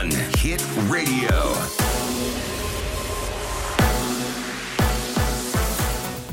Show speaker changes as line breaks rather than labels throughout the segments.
one hit radio.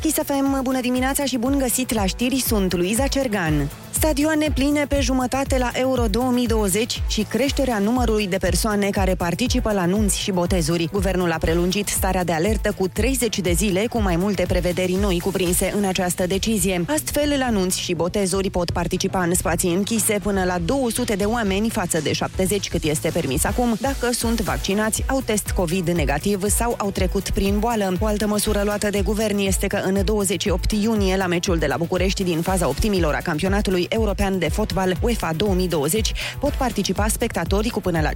Kiss FM, bună dimineața și bun găsit la știri, sunt Luiza Cergan. Stadioane pline pe jumătate la Euro 2020 și creșterea numărului de persoane care participă la nunți și botezuri. Guvernul a prelungit starea de alertă cu 30 de zile, cu mai multe prevederi noi cuprinse în această decizie. Astfel, la nunți și botezuri pot participa în spații închise până la 200 de oameni față de 70 cât este permis acum, dacă sunt vaccinați, au test COVID negativ sau au trecut prin boală. O altă măsură luată de guvern este că în 28 iunie, la meciul de la București din faza optimilor a campionatului european de fotbal UEFA 2020, pot participa spectatorii cu până la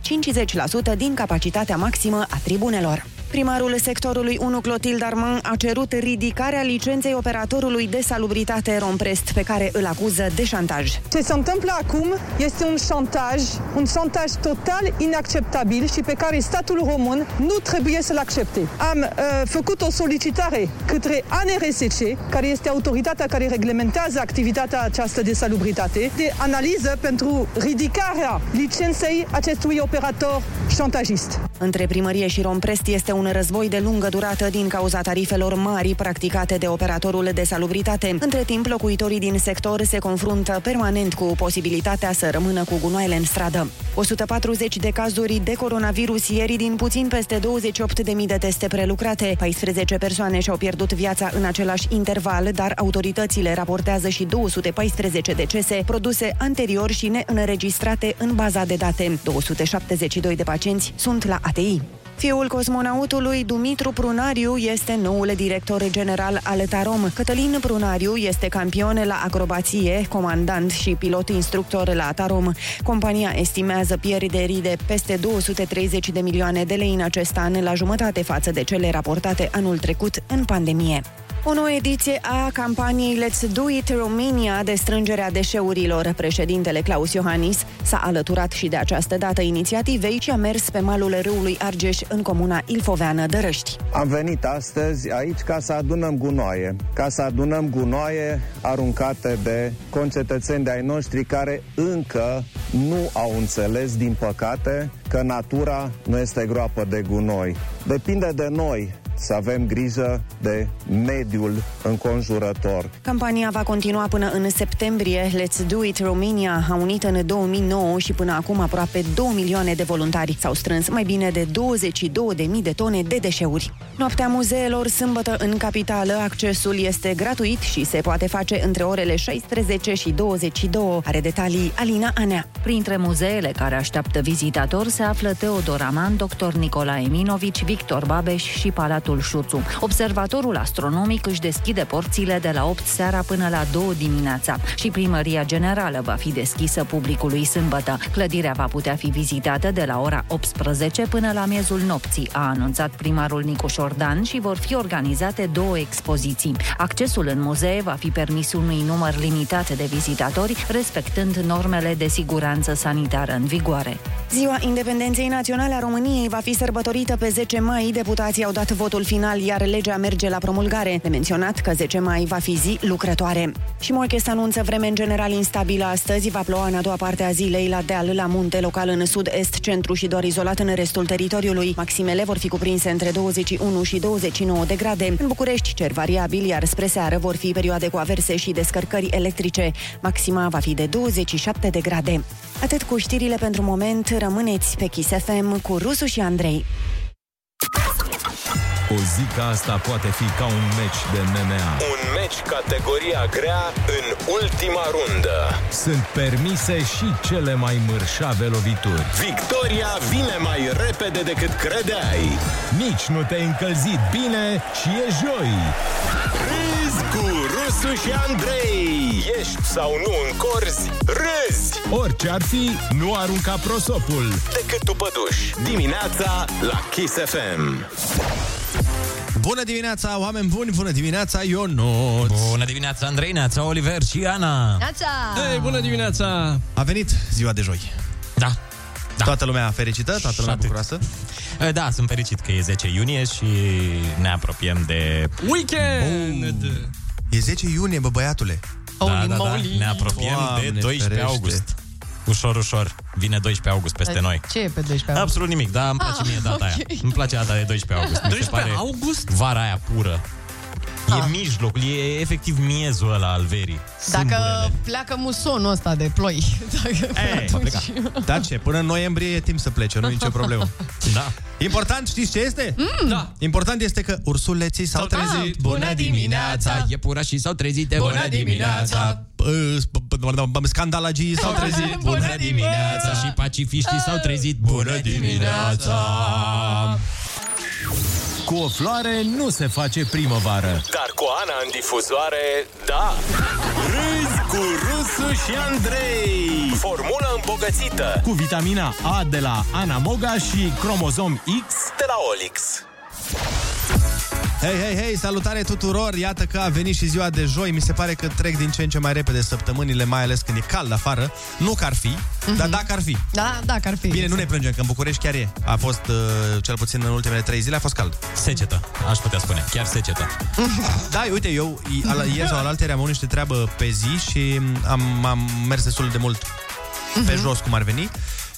50% din capacitatea maximă a tribunelor. Primarul sectorului 1 Clotilde Armand a cerut ridicarea licenței operatorului de salubritate Romprest, pe care îl acuză de șantaj.
Ce se întâmplă acum este un șantaj, un șantaj total inacceptabil și pe care statul român nu trebuie să-l accepte. Am uh, făcut o solicitare către ANRSC, care este autoritatea care reglementează activitatea aceasta de salubritate, de analiză pentru ridicarea licenței acestui operator șantajist.
Între primărie și Romprest este un război de lungă durată din cauza tarifelor mari practicate de operatorul de salubritate. Între timp, locuitorii din sector se confruntă permanent cu posibilitatea să rămână cu gunoaiele în stradă. 140 de cazuri de coronavirus ieri din puțin peste 28.000 de teste prelucrate. 14 persoane și-au pierdut viața în același interval, dar autoritățile raportează și 214 decese produse anterior și neînregistrate în baza de date. 272 de pacienți sunt la ATI. Fiul cosmonautului Dumitru Prunariu este noul director general al Tarom. Cătălin Prunariu este campion la acrobație, comandant și pilot instructor la Tarom. Compania estimează pierderii de peste 230 de milioane de lei în acest an, la jumătate față de cele raportate anul trecut în pandemie. O nouă ediție a campaniei Let's Do It Romania de strângerea deșeurilor. Președintele Claus Iohannis s-a alăturat și de această dată inițiativei și a mers pe malul râului Argeș în comuna Ilfoveană Dărăști.
Am venit astăzi aici ca să adunăm gunoaie, ca să adunăm gunoaie aruncate de concetățeni de ai noștri care încă nu au înțeles, din păcate, că natura nu este groapă de gunoi. Depinde de noi să avem grijă de mediul înconjurător.
Campania va continua până în septembrie. Let's Do It Romania a unit în 2009 și până acum aproape 2 milioane de voluntari. S-au strâns mai bine de 22.000 de tone de deșeuri. Noaptea muzeelor sâmbătă în capitală. Accesul este gratuit și se poate face între orele 16 și 22. Are detalii Alina Anea.
Printre muzeele care așteaptă vizitatori se află Teodor Aman, dr. Nicolae Minovici, Victor Babeș și Palatul Palatul Șuțu. Observatorul astronomic își deschide porțile de la 8 seara până la 2 dimineața și primăria generală va fi deschisă publicului sâmbătă. Clădirea va putea fi vizitată de la ora 18 până la miezul nopții, a anunțat primarul Nicu Șordan și vor fi organizate două expoziții. Accesul în muzee va fi permis unui număr limitat de vizitatori, respectând normele de siguranță sanitară în vigoare.
Ziua Independenței Naționale a României va fi sărbătorită pe 10 mai. Deputații au dat votul final, iar legea merge la promulgare. De menționat că 10 mai va fi zi lucrătoare. Și Moichest anunță vreme în general instabilă astăzi. Va ploua în a doua parte a zilei la deal, la munte, local în sud-est, centru și doar izolat în restul teritoriului. Maximele vor fi cuprinse între 21 și 29 de grade. În București, cer variabil, iar spre seară vor fi perioade cu averse și descărcări electrice. Maxima va fi de 27 de grade. Atât cu știrile pentru moment, rămâneți pe Kiss FM cu Rusu și Andrei.
O zi ca Adică asta poate fi ca un meci de MMA.
Un meci categoria grea în ultima rundă.
Sunt permise și cele mai mărșave lovituri.
Victoria vine mai repede decât credeai.
Nici nu te-ai încălzit bine și e joi.
Râzi cu Rusu și Andrei. Ești sau nu în corzi, râzi.
Orice ar fi, nu arunca prosopul.
Decât tu păduși. Dimineața la Kiss FM.
Bună dimineața, oameni buni! Bună dimineața, Ionut!
Bună dimineața, Andrei, Neața, Oliver și Ana!
Neața!
Ei, bună dimineața!
A venit ziua de joi.
Da.
da. Toată lumea fericită, toată lumea bucuroasă.
Da, sunt fericit că e 10 iunie și ne apropiem de...
Weekend! Bun.
E 10 iunie, bă, băiatule!
Oh, Da, da, da, ne apropiem Doamne de 12 ferește. august. Ușor, ușor. Vine 12 august peste noi.
Păi, Ce e pe 12 august?
Absolut nimic, dar îmi place
Ah,
mie data aia.
ok.
Îmi place data de 12 august. Mi se
12
pare
august?
Vara aia pură. Da, E
Ah.
mijlocul, e efectiv miezul ăla al verii.
Dacă pleacă musonul ăsta de ploi. Dacă
Eh.
atunci...
Da, ce? Până în noiembrie e timp să plece, nu e nicio problemă. Da. Important, știți ce este? Mm. Da. Important este că ursuleții s-au
S-au
trezit.
trezit. Bună dimineața!
Iepurașii s-au trezit.
Bună dimineața!
Scandalagii s-au trezit.
Bună dimineața! Și pacifiștii s-au trezit. Bună dimineața!
Cu o floare nu se face primăvară.
Dar cu Ana în difuzoare, da Râzi cu Rusu și Andrei Formula îmbogățită
Cu vitamina A de la Ana Moga și cromozom X
de la Olix
Hei, hei, hei, salutare tuturor! Iată că a venit și ziua de joi. Mi se pare că trec din ce în ce mai repede săptămânile, mai ales când e cald afară. Nu că ar fi, mm-hmm. dar dacă ar fi.
Mhm. Da, dacă ar fi.
Bine, nu ne plângem, că în București chiar e. A fost, uh, cel puțin în ultimele trei zile, a fost cald.
Secetă, aș putea spune. Chiar secetă.
Da, uite, eu i- ala- ieri sau alaltă am avut niște treabă pe zi și am, am mers destul de mult pe
Mhm.
jos, cum ar veni.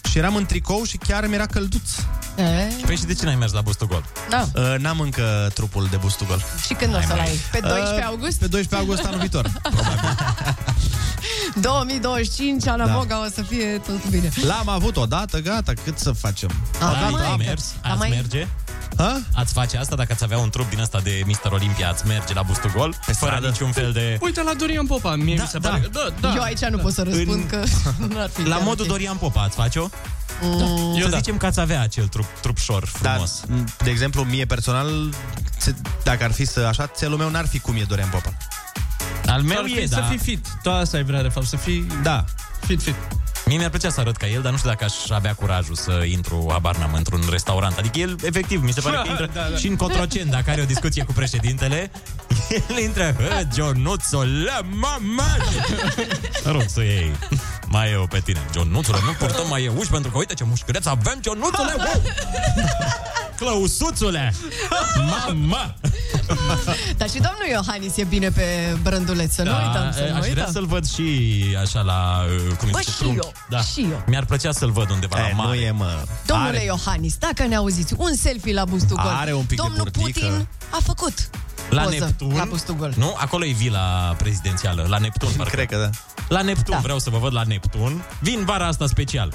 Și eram în tricou și chiar mi-era călduț.
E?
Păi și de ce n-ai mers la Bustugol?
Da.
Uh, n-am încă trupul de Bustugol.
Și când o să-l ai? Pe 12
Uh,
august?
Pe 12 august anul viitor.
2025, Ana
Da.
Moga, o să fie tot bine.
L-am avut odată, gata, cât să facem?
Ați
odată,
mai
am
mers?
Dar
Ați
mai-
merge?
da, Ha?
Ați face asta dacă ați avea un trup din ăsta de Mr. Olimpia, ați merge la Bustugol? Fără niciun fel de...
Uite la Dorian Popa, mie
Da,
mi se
da.
pare că... Da, da.
Eu aici nu pot să răspund
În-
că nu ar fi
La
chiar
modul
ok.
Dorian Popa ați face-o?
Mm,
Eu
Eu
să
da.
zicem că ați avea acel trup, trupșor
Dar,
frumos.
m, de exemplu, mie personal, ți- dacă ar fi să așa, țelul meu n-ar fi cum e Dorian Popa.
Al meu
Ar fi
e,
să
da.
fii fit. Tu asta ai vrea, de fapt, să fii
Da.
fit, fit.
Mie mi-ar plăcea să arăt ca el, dar nu știu dacă aș avea curajul să intru, habar n-am, într-un restaurant. Adică el, efectiv, mi se pare că intră
Da, da.
și în Cotrocen, dacă are o discuție cu președintele, el intră, "Hă, Gionuțo, la mama! Mă rog să iei. Mai eu pe tine, Gionuțule, nu purtăm mai eu uși pentru că uite ce mușchiuleț avem, Gionuțule, wow! Clăusuțule! Mama!
Dar și domnul Iohannis e bine pe brânduleț, să nu uităm, să nu
Da, aș vrea
uităm.
să-l văd și așa la, uh, cum îi
Bă,
zice,
și
trunchi. Da.
eu, și eu.
Mi-ar plăcea să-l văd undeva la
E, nu
mare.
e, mă.
Domnule
Are-
Iohannis, dacă ne auziți, un selfie la Bustugol.
Are un pic de
Domnul
burtică.
Putin a făcut
La
poză
Neptun?
la Bustugol.
Nu? Acolo e vila prezidențială, la Neptun, parcă.
Cred că da.
La Neptun,
Da.
da. vreau să vă văd la Neptun. Vin vara asta special.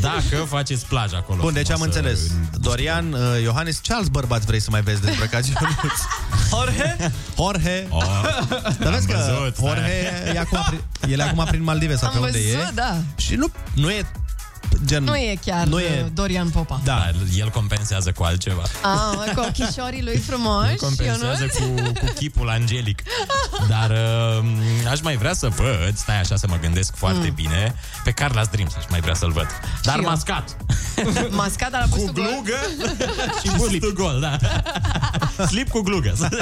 Dacă faceți plajă acolo.
Bun, deci am
frumoasă,
înțeles.
în-
Dorian, uh, Iohannis, ce alți bărbați vrei să mai vezi dezbrăcați? Ionuț?
Jorge?
Jorge.
O,
Dar vezi că
văzut, da.
Jorge e acum, prin, el e acum prin Maldive sau pe
Am
unde
văzut,
e.
da.
Și nu, nu e gen...
Nu e chiar uh,
Nu
nu
e-
e... Dorian Popa.
da, el compensează cu altceva.
Ah, mă, cu ochișorii lui frumoși,
compensează
Ionuț.
cu, cu chipul angelic. Dar uh, aș mai vrea să văd, stai așa să mă gândesc foarte mm. bine, pe Carla's Dreams aș mai vrea să-l văd. Dar
Hmm. eu.
mascat.
Mascada la
Cu
Bustugol.
glugă și slip. gol, da. slip cu glugă.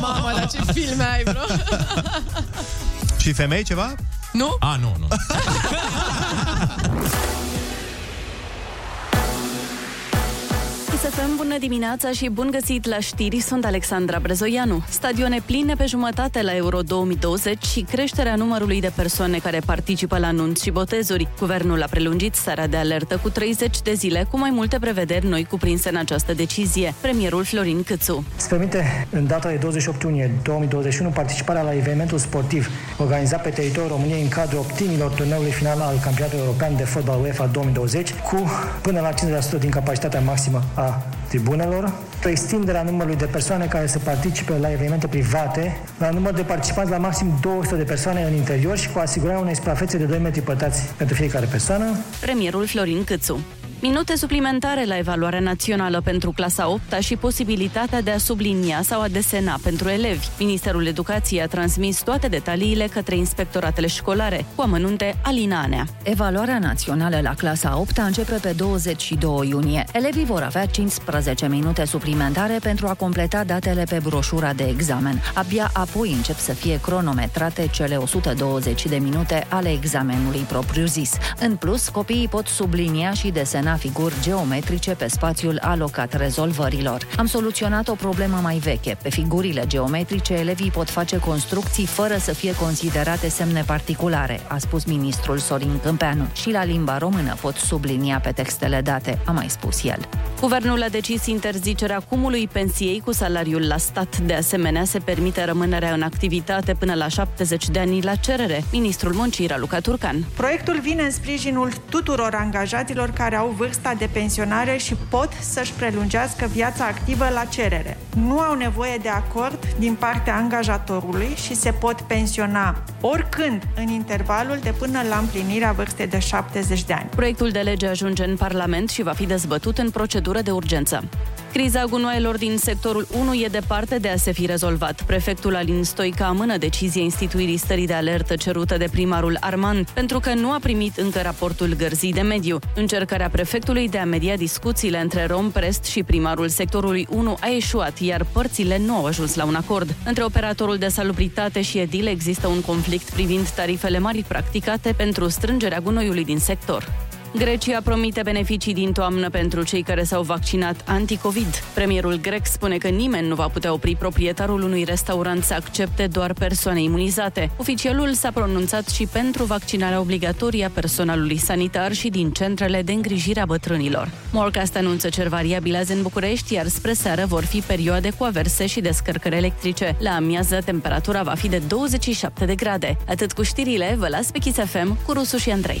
Mamă, dar ce filme ai, bro!
Ah. Și femei ceva?
Nu?
A, nu, nu.
Să bună dimineața și bun găsit la știri, sunt Alexandra Brezoianu. Stadioane pline pe jumătate la Euro 2020 și creșterea numărului de persoane care participă la anunți și botezuri. Guvernul a prelungit starea de alertă cu 30 de zile, cu mai multe prevederi noi cuprinse în această decizie. Premierul Florin Câțu.
Se permite în data de 28 iunie 2021 participarea la evenimentul sportiv organizat pe teritoriul României în cadrul optimilor turneului final al Campionatului European de Fotbal UEFA 2020 cu până la 50% din capacitatea maximă a tribunelor, extinderea numărului de persoane care se participe la evenimente private, la număr de participanți la maxim 200 de persoane în interior și cu asigurarea unei suprafețe de 2 metri pătrați pentru fiecare persoană,
Premierul Florin Câțu. Minute suplimentare la evaluarea națională pentru clasa 8 și posibilitatea de a sublinia sau a desena pentru elevi. Ministerul Educației a transmis toate detaliile către inspectoratele școlare, cu amănunte Alina Anea.
Evaluarea națională la clasa 8 începe pe 22 iunie. Elevii vor avea 15 minute suplimentare pentru a completa datele pe broșura de examen. Abia apoi încep să fie cronometrate cele 120 de minute ale examenului propriu-zis. În plus, copiii pot sublinia și desena desena figuri geometrice pe spațiul alocat rezolvărilor. Am soluționat o problemă mai veche. Pe figurile geometrice, elevii pot face construcții fără să fie considerate semne particulare, a spus ministrul Sorin Câmpeanu. Și la limba română pot sublinia pe textele date, a mai spus el.
Guvernul a decis interzicerea cumului pensiei cu salariul la stat. De asemenea, se permite rămânerea în activitate până la 70 de ani la cerere. Ministrul Muncii, Raluca Turcan.
Proiectul vine în sprijinul tuturor angajaților care au vârsta de pensionare și pot să-și prelungească viața activă la cerere. Nu au nevoie de acord din partea angajatorului și se pot pensiona oricând în intervalul de până la împlinirea vârstei de 70 de ani.
Proiectul de lege ajunge în Parlament și va fi dezbătut în procedură de urgență. Criza gunoaielor din sectorul 1 e departe de a se fi rezolvat. Prefectul Alin Stoica amână decizia instituirii stării de alertă cerută de primarul Arman, pentru că nu a primit încă raportul gărzii de mediu. Încercarea prefectului de a media discuțiile între Rom Prest și primarul sectorului 1 a eșuat, iar părțile nu au ajuns la un acord. Între operatorul de salubritate și edil există un conflict privind tarifele mari practicate pentru strângerea gunoiului din sector. Grecia promite beneficii din toamnă pentru cei care s-au vaccinat anticovid. Premierul grec spune că nimeni nu va putea opri proprietarul unui restaurant să accepte doar persoane imunizate. Oficialul s-a pronunțat și pentru vaccinarea obligatorie a personalului sanitar și din centrele de îngrijire a bătrânilor. Morcast anunță cer variabil azi în București, iar spre seară vor fi perioade cu averse și descărcări electrice. La amiază, temperatura va fi de 27 de grade. Atât cu știrile, vă las pe Kiss FM cu Rusu și Andrei.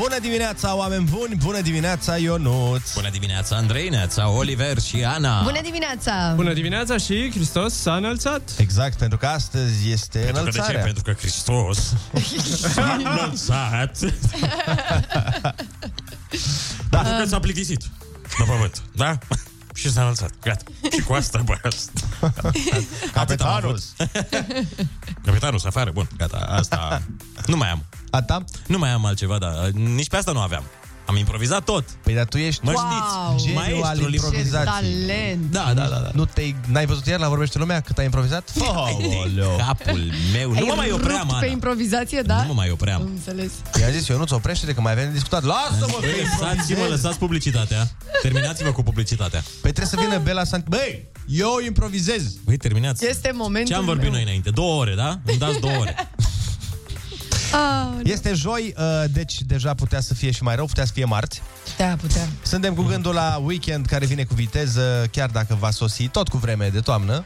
Bună dimineața, oameni buni! Bună dimineața, Ionuț!
Bună dimineața, Andrei, neața, Oliver și Ana!
Bună dimineața!
Bună dimineața și Hristos s-a înălțat.
Exact, pentru că astăzi este
Pentru
că de ce?
înălțarea.
Pentru că Hristos s-a înălțat. da. Pentru că s-a plictisit la pământ, da? Și s-a înălțat, gata. Și cu asta, bă, Capetanus! Capetanus, afară, bun, gata, asta... Nu mai am.
A ta?
Nu mai am altceva, da. Nici pe asta nu aveam. Am improvizat tot.
Păi, dar tu ești
mă
Wow!
știți,
Geniul al
maestru
improvizației.
Talent!
Da, da, da, da.
Nu te n-ai văzut ieri la vorbește lumea cât ai improvizat? Aoleo.
Capul meu,
Ai rupt pe improvizație, da?
Nu mă mai opream.
Am Înțeles.
I-a zis eu, nu-ți oprește că mai avem de discutat. Lasă-mă,
Băi,
că
Lăsați-mă,
improvizez.
lăsați publicitatea. Terminați-vă cu publicitatea.
Păi trebuie să vină Bela Sant... Băi, eu improvizez.
Băi, terminați.
Este momentul
Ce am vorbit
meu.
noi înainte? Două ore, da? Îmi dați două ore.
Aoleu.
Este joi, uh, deci deja putea să fie și mai rău, putea să fie marți.
Da, puteam.
Suntem cu gândul la weekend care vine cu viteză, chiar dacă va sosi tot cu vreme de toamnă.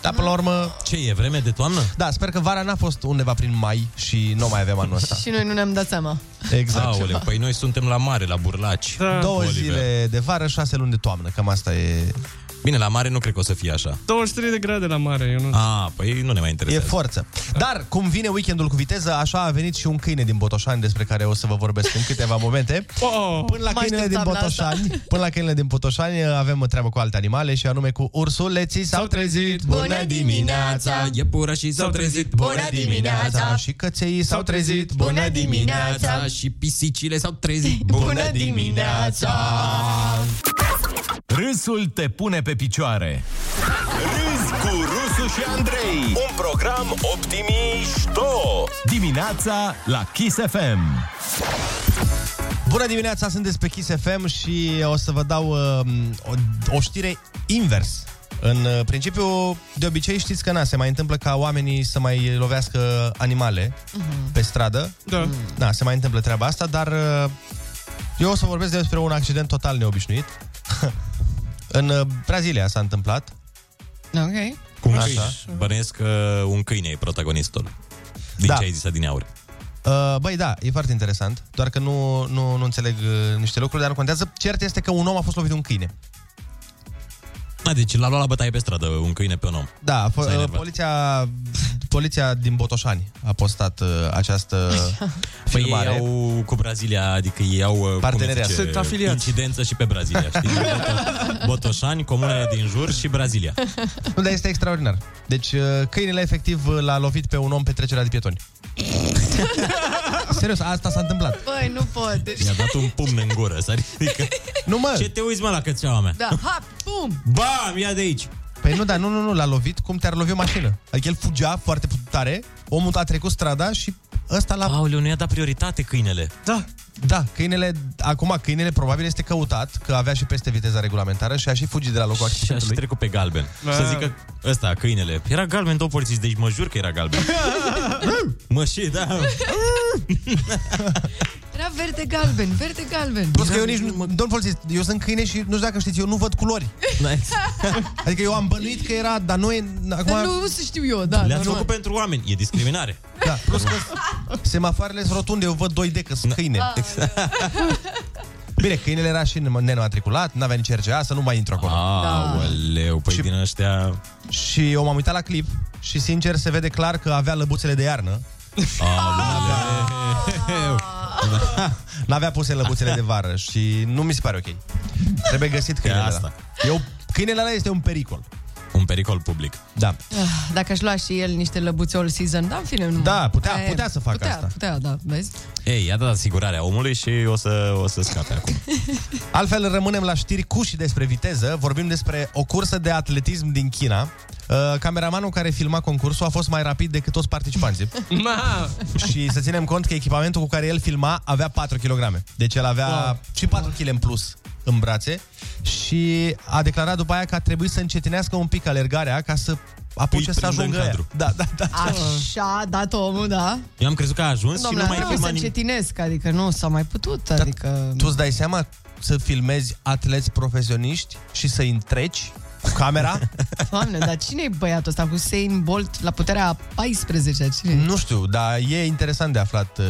Dar până la urmă...
Ce e, vreme de toamnă?
Da, sper că vara n-a fost undeva prin mai și nu mai avem anul ăsta.
Și noi nu ne-am dat seama.
Exact.
Aoleu, păi noi suntem la mare, la burlaci.
Două
Oliver.
zile de vară, șase luni de toamnă, cam asta e...
Bine, la mare nu cred că o să fie așa.
23 de grade la mare, eu nu...
A, păi nu ne mai
E
interesează.
forță. Dar cum vine weekendul cu viteză, așa a venit și un câine din Botoșani despre care o să vă vorbesc în câteva momente.
Oh,
Până la
mă
câinele din
așteptam la asta.
Botoșani, până la câinele din Botoșani avem treabă cu alte animale și anume cu ursuleții s-au trezit.
Bună dimineața!
Iepurașii s-au trezit,
Bună dimineața!
Și căței s-au trezit.
Bună dimineața!
Și pisicile s-au trezit,
Bună dimineața!
Râsul te pune pe picioare. Râzi cu Rusu și Andrei. Un program optimișto. Dimineața la Kiss FM.
Bună dimineața, sunteți pe Kiss FM și o să vă dau um, o, o știre invers. În uh, principiu, de obicei știți că na, se mai întâmplă ca oamenii să mai lovească animale uh-huh. pe stradă.
Da.
Na, se mai întâmplă treaba asta, dar uh, eu o să vorbesc despre un accident total neobișnuit. în uh, Brazilia s-a întâmplat.
Ok.
Cu un
Așa.
câine. Bănuiesc că un câine e protagonistul. Din
Da.
ce ai zis adineauri.
Uh, Băi, da, e foarte interesant, doar că nu, nu, nu înțeleg uh, niște lucruri, dar nu contează. Cert este că un om a fost lovit de un câine.
A, deci l-a luat la bătaie pe stradă un câine pe un om.
Da,
S-a
po-
enervat.
poliția poliția din Botoșani a postat uh, această
Păi ei
filmare.
au cu Brazilia, adică ei au cum se
Parteneriat.
zice,
Sunt afiliați.
incidență și pe Brazilia, știi? Boto- Botoșani, comunele din jur și Brazilia.
Nu, dar Da, este extraordinar. Deci uh, câinele efectiv uh, l-a lovit pe un om pe trecerea de pietoni. Serios, asta s-a întâmplat.
Băi, nu pot. Deci...
I-a dat un pumn în gură, s-a ridicat.
Nu mă!
Ce te uiți mă la cățeaua mea?
Da, hap, bum!
Bam, ia de aici!
Păi nu, dar nu, nu, nu, l-a lovit cum te-ar lovi o mașină. Adică el fugea foarte tare, omul a trecut strada și ăsta l-a...
Aoleu, nu i-a dat prioritate câinele.
Da, da, câinele, acum câinele probabil este căutat, că avea și peste viteza regulamentară și a și fugit de la locul
Și a și
accidentului.
trecut pe galben. Să zică ăsta, câinele. Era galben, două polițiști, deci mă jur că era galben. mă și, da.
Era verde galben, verde galben.
Plus că eu nici nu, domn polițist, eu sunt câine și nu știu dacă știți, eu nu văd culori. adică eu am bănuit că era, dar noi, acum...
Nu să știu eu, da.
Le-ați
normal.
făcut pentru oameni, e discriminare.
Da, plus că semafoarele sunt rotunde, eu văd 2D că
Da.
sunt câine.
Ah.
Bine, câinele era și nematriculat, n-avea nici RGA, să nu mai intru acolo.
Aoleu, păi din ăștia...
Și eu m-am uitat la clip și sincer se vede clar că avea lăbuțele de iarnă. Ah, N-avea puse lăbuțele de vară și nu mi se pare ok. Trebuie găsit câinele
asta.
ăla. Eu, câinele ăla este un pericol.
Un pericol public.
Da.
Ah, Dacă aș lua și el niște lăbuțe all season, da, în fine, nu.
Da, putea-
Aia e.
putea să facă
putea,
asta.
Putea, da, vezi?
Ei, i-a dat asigurarea omului și o să, o să scape acum.
Altfel, rămânem la știri cu și despre viteză. Vorbim despre o cursă de atletism din China. Uh, Cameramanul care filma concursul a fost mai rapid decât toți participanții. și să ținem cont că echipamentul cu care el filma avea 4 kg. Deci el avea
Wow.
și 4 kg în plus în brațe și a declarat după aia că a trebuit să încetinească un pic alergarea ca să apuce
Îi
să
prindă în
ajungă aia.
cadru.
Da, da, da.
Așa a dat omul, da?
Eu am crezut că a ajuns
Domnule,
și nu mai
trebuie să
filmat nimic. Da,
încetinesc, adică nu s-a mai putut, adică...
Tu îți dai seama să filmezi atleți profesioniști și să-i întreci cu camera?
Doamne, dar cine e băiatul ăsta? Hussein Bolt la puterea a 14 cine e?
Nu știu, dar da, e interesant de aflat uh,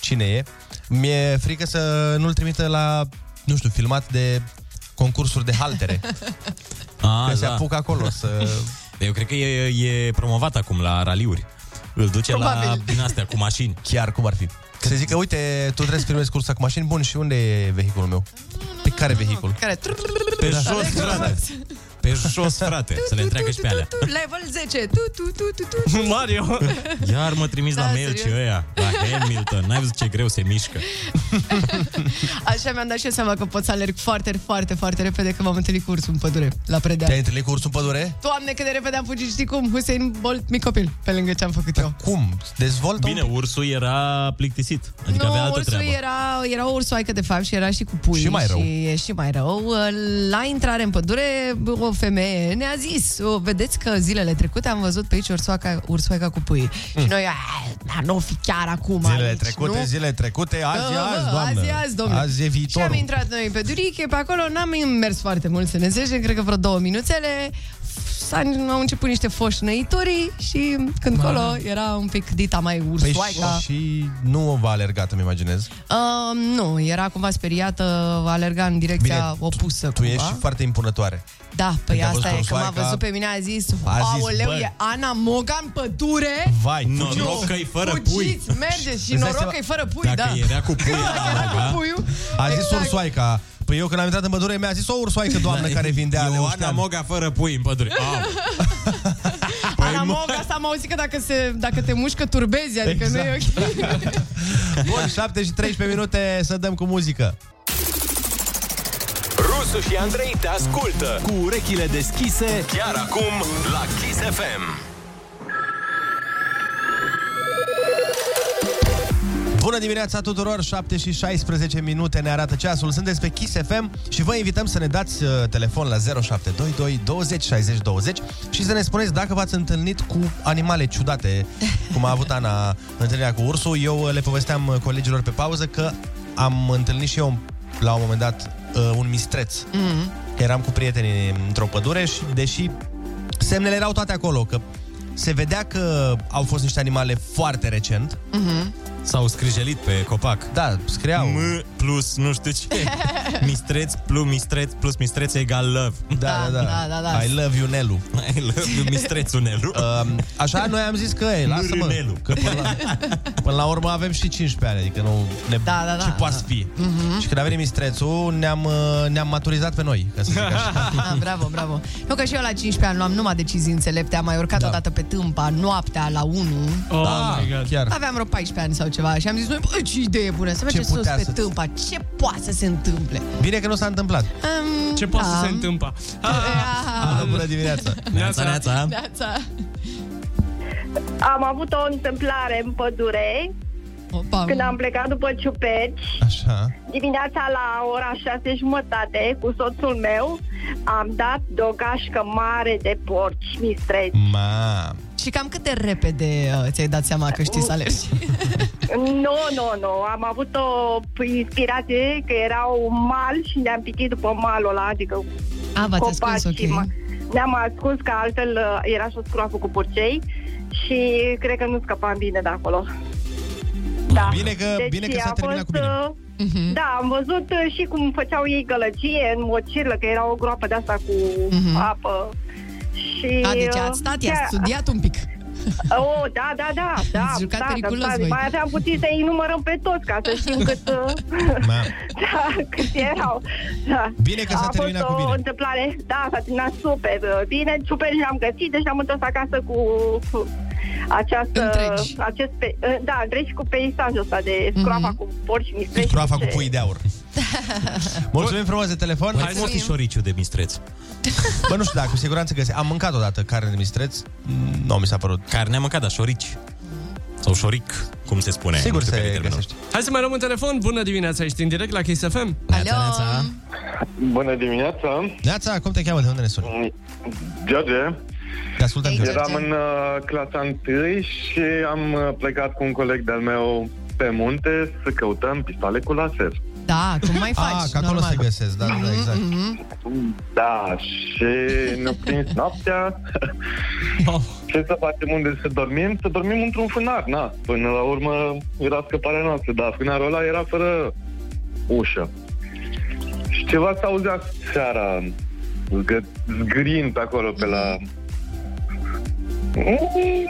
cine e. Mi-e frică să nu-l trimită la, nu știu, filmat de concursuri de haltere.
A,
că se apucă acolo să...
Eu cred că e, e promovat acum la raliuri. Îl duce la
Probabil.
din astea cu mașini.
Chiar cum ar fi. Să zică, uite, tu trebuie să filmezi cursa cu mașini, bun, și unde e vehiculul meu? Pe care vehicul?
Care...
Pe jos, frate. Pe jos, frate. Să le întreacă și pe alea.
Tu, level 10, tu, tu, tu, tu, tu.
Mario! Iar mă trimis
Da,
la mail eh. ce
serios.
ăia, la Hamilton. N-ai văzut ce greu se mișcă.
Așa mi-am dat și eu seama că pot să alerg foarte, foarte, foarte repede când m-am întâlnit cu ursul în pădure, la predea.
Te-ai întâlnit cu ursul în pădure?
Doamne, cât de repede am fugit, știi cum? Hussein Bolt, mic copil, pe lângă ce am făcut eu.
Cum? Dezvoltă
Bine, ursul era plictisit. Adică avea
nu,
altă
ursul
treabă.
era, era o ursoaică de fapt și era și cu pui
Și mai rău.
Și, e și mai rău. La intrare în pădure, o femeie ne-a zis, o, vedeți că zilele trecute am văzut pe aici ursoaica, ursoaica cu pui.
Hmm.
Și noi, "Ah, da, nu o fi chiar acum
Zilele
aici,
trecute,
nu?
zilele trecute, azi e
Da,
azi,
da,
doamnă.
Azi e azi, domnule.
Azi e
Și am
viitorul.
intrat noi în păduriche, pe acolo n-am mers foarte mult să ne zece, cred că vreo două minuțele. S-a, au început niște foșnăitorii și când colo era un pic dita mai
Păi
ursoaica.
și, și nu o va alergat, îmi imaginez.
Um, nu, era cumva speriată, alerga în direcția
Bine,
opusă
Tu
cumva.
ești foarte impunătoare.
Da, păi
Când a
asta
văzut
e, că m-a
ursoaica-
văzut pe mine, a zis,
A zis,
aoleu,
bă."
e Ana Mogan pădure?
Vai,
Noroc
fugiți.
că-i fără pui.
Fugiți, mergeți
Îți
și
dai
noroc
seama-
că e fără pui,
Dacă
da.
era cu pui,
Dacă era
da.
cu puiul,
A zis
exact.
ursoaica. Păi eu când am intrat în pădure mi-a zis o ursoaică, doamnă, care vindea
Ioana
leuștean.
Moga fără pui în pădure. Au.
Păi
Ana Mogan, asta am auzit că dacă, se, dacă te mușcă turbezi, adică nu e ok.
Exact. Bun, 7 și 13 minute să dăm cu muzică.
Rusu și Andrei te ascultă cu urechile deschise chiar acum la Kiss FM.
Bună dimineața tuturor, 7 și 16 minute ne arată ceasul. Sunteți pe Kiss FM și vă invităm să ne dați uh, telefon la 0722 20 60 20 și să ne spuneți dacă v-ați întâlnit cu animale ciudate, cum a avut Ana întâlnirea cu ursul. Eu uh, le povesteam uh, colegilor pe pauză că am întâlnit și eu um, la un moment dat uh, un mistreț.
Mm.
Eram cu prietenii într-o pădure și deși semnele erau toate acolo, că se vedea că au fost niște animale foarte recent,
Mhm.
S-au scrijelit pe copac.
da, scriau
M, P, plus nu știu ce. Mistreț plus mistreț plus mistreț egal love.
Da, da, da. da, da. I love you, Nelu.
I love you, mistrețul Nelu.
Um, așa, noi am zis că, ei, lasă-mă.
Nelu.
Că până la, până la urmă avem și 15 ani, adică nu ne...
Da, da, da.
Ce poate să fie.
Mhm.
Și când a venit mistrețul, ne-am, uh, ne-am maturizat pe noi, ca să zic așa.
Ah, bravo, bravo. Nu că și eu la 15 ani luam numai decizii înțelepte, am mai urcat da. Oh odată pe tâmpa, noaptea la 1.
da, mă, chiar.
Aveam vreo 14 ani sau ceva și am zis, noi, bă, ce idee bună, să mergem sus
putea
pe
să-
tâmpa, ce poate să se întâmple?
Bine că nu s-a întâmplat.
Um,
Ce poate
da.
să se întâmpa?
Alo, bună dimineața.
Neața, neața.
Neața.
Am avut o întâmplare în pădure
Opa,
când am plecat după ciuperci.
Așa.
Dimineața la ora șase jumătate cu soțul meu am dat de o gașcă mare de porci mistreți.
Ma.
Și cam cât de repede uh, ți-ai dat seama că știi să alergi?
Nu, nu, nu. Am avut o inspirație că era un mal și ne-am pitit după malul ăla, adică
A, v-ați ascuns, ok.
și ma- ne-am ascuns că altfel uh, era și o scroafă cu purcei și cred că nu scăpam bine de acolo. Da.
Bine că- bine că s-a
a
terminat cu
fost,
bine.
uh, Da, am văzut uh, și cum făceau ei gălăgie în mocirlă, că era o groapă de asta cu apă. Și,
A, deci
uh,
ați stat,
chiar-
i-ați studiat un pic.
Oh, da, da, da, da.
Ați jucat
da,
periculos
da,
voi.
Mai aveam puțin să-i numărăm pe toți ca să știm cât, uh,
Ma.
da, cât erau. Da.
Bine că s-a
A
terminat
fost
cu bine.
o întâmplare, da, s-a terminat super uh, bine, super și am găsit, deci am întors acasă cu cu această,
Întregi.
acest, pe, uh, da, întregi cu peisajul ăsta de scroafa cu porci și mistreți.
Proafa Mhm. cu
Ce-
pui de aur. Mulțumim frumos de telefon.
Mai fost șoriciu de mistreț.
Bă, nu știu, da, cu siguranță găsesc. Am mâncat odată carne de mistreț. Mm, Nu, mi s-a părut.
Carne am mâncat, dar șorici. Sau șoric, cum se spune.
Sigur
nu știu
se
care e termenul.
Hai să mai luăm un telefon. Bună dimineața, ești în direct la Kiss FM.
Alo!
Bună dimineața!
Neața, cum te cheamă? De unde ne suni?
George,
Te ascultăm. George.
eram în uh, clasa 1 și am uh, plecat cu un coleg de-al meu pe munte să căutăm pistoale cu laser.
Da, cum mai faci?
Ah, că acolo
normal. Mhm,
se găsesc, da, da, da, exact.
Da, și ne-a prins noaptea. Ce să facem unde să dormim? Să dormim într-un fânar, na. Până la urmă era scăparea noastră, dar fânarul ăla era fără ușă. Și ceva s-a auzea seara zgă- zgârind acolo pe la...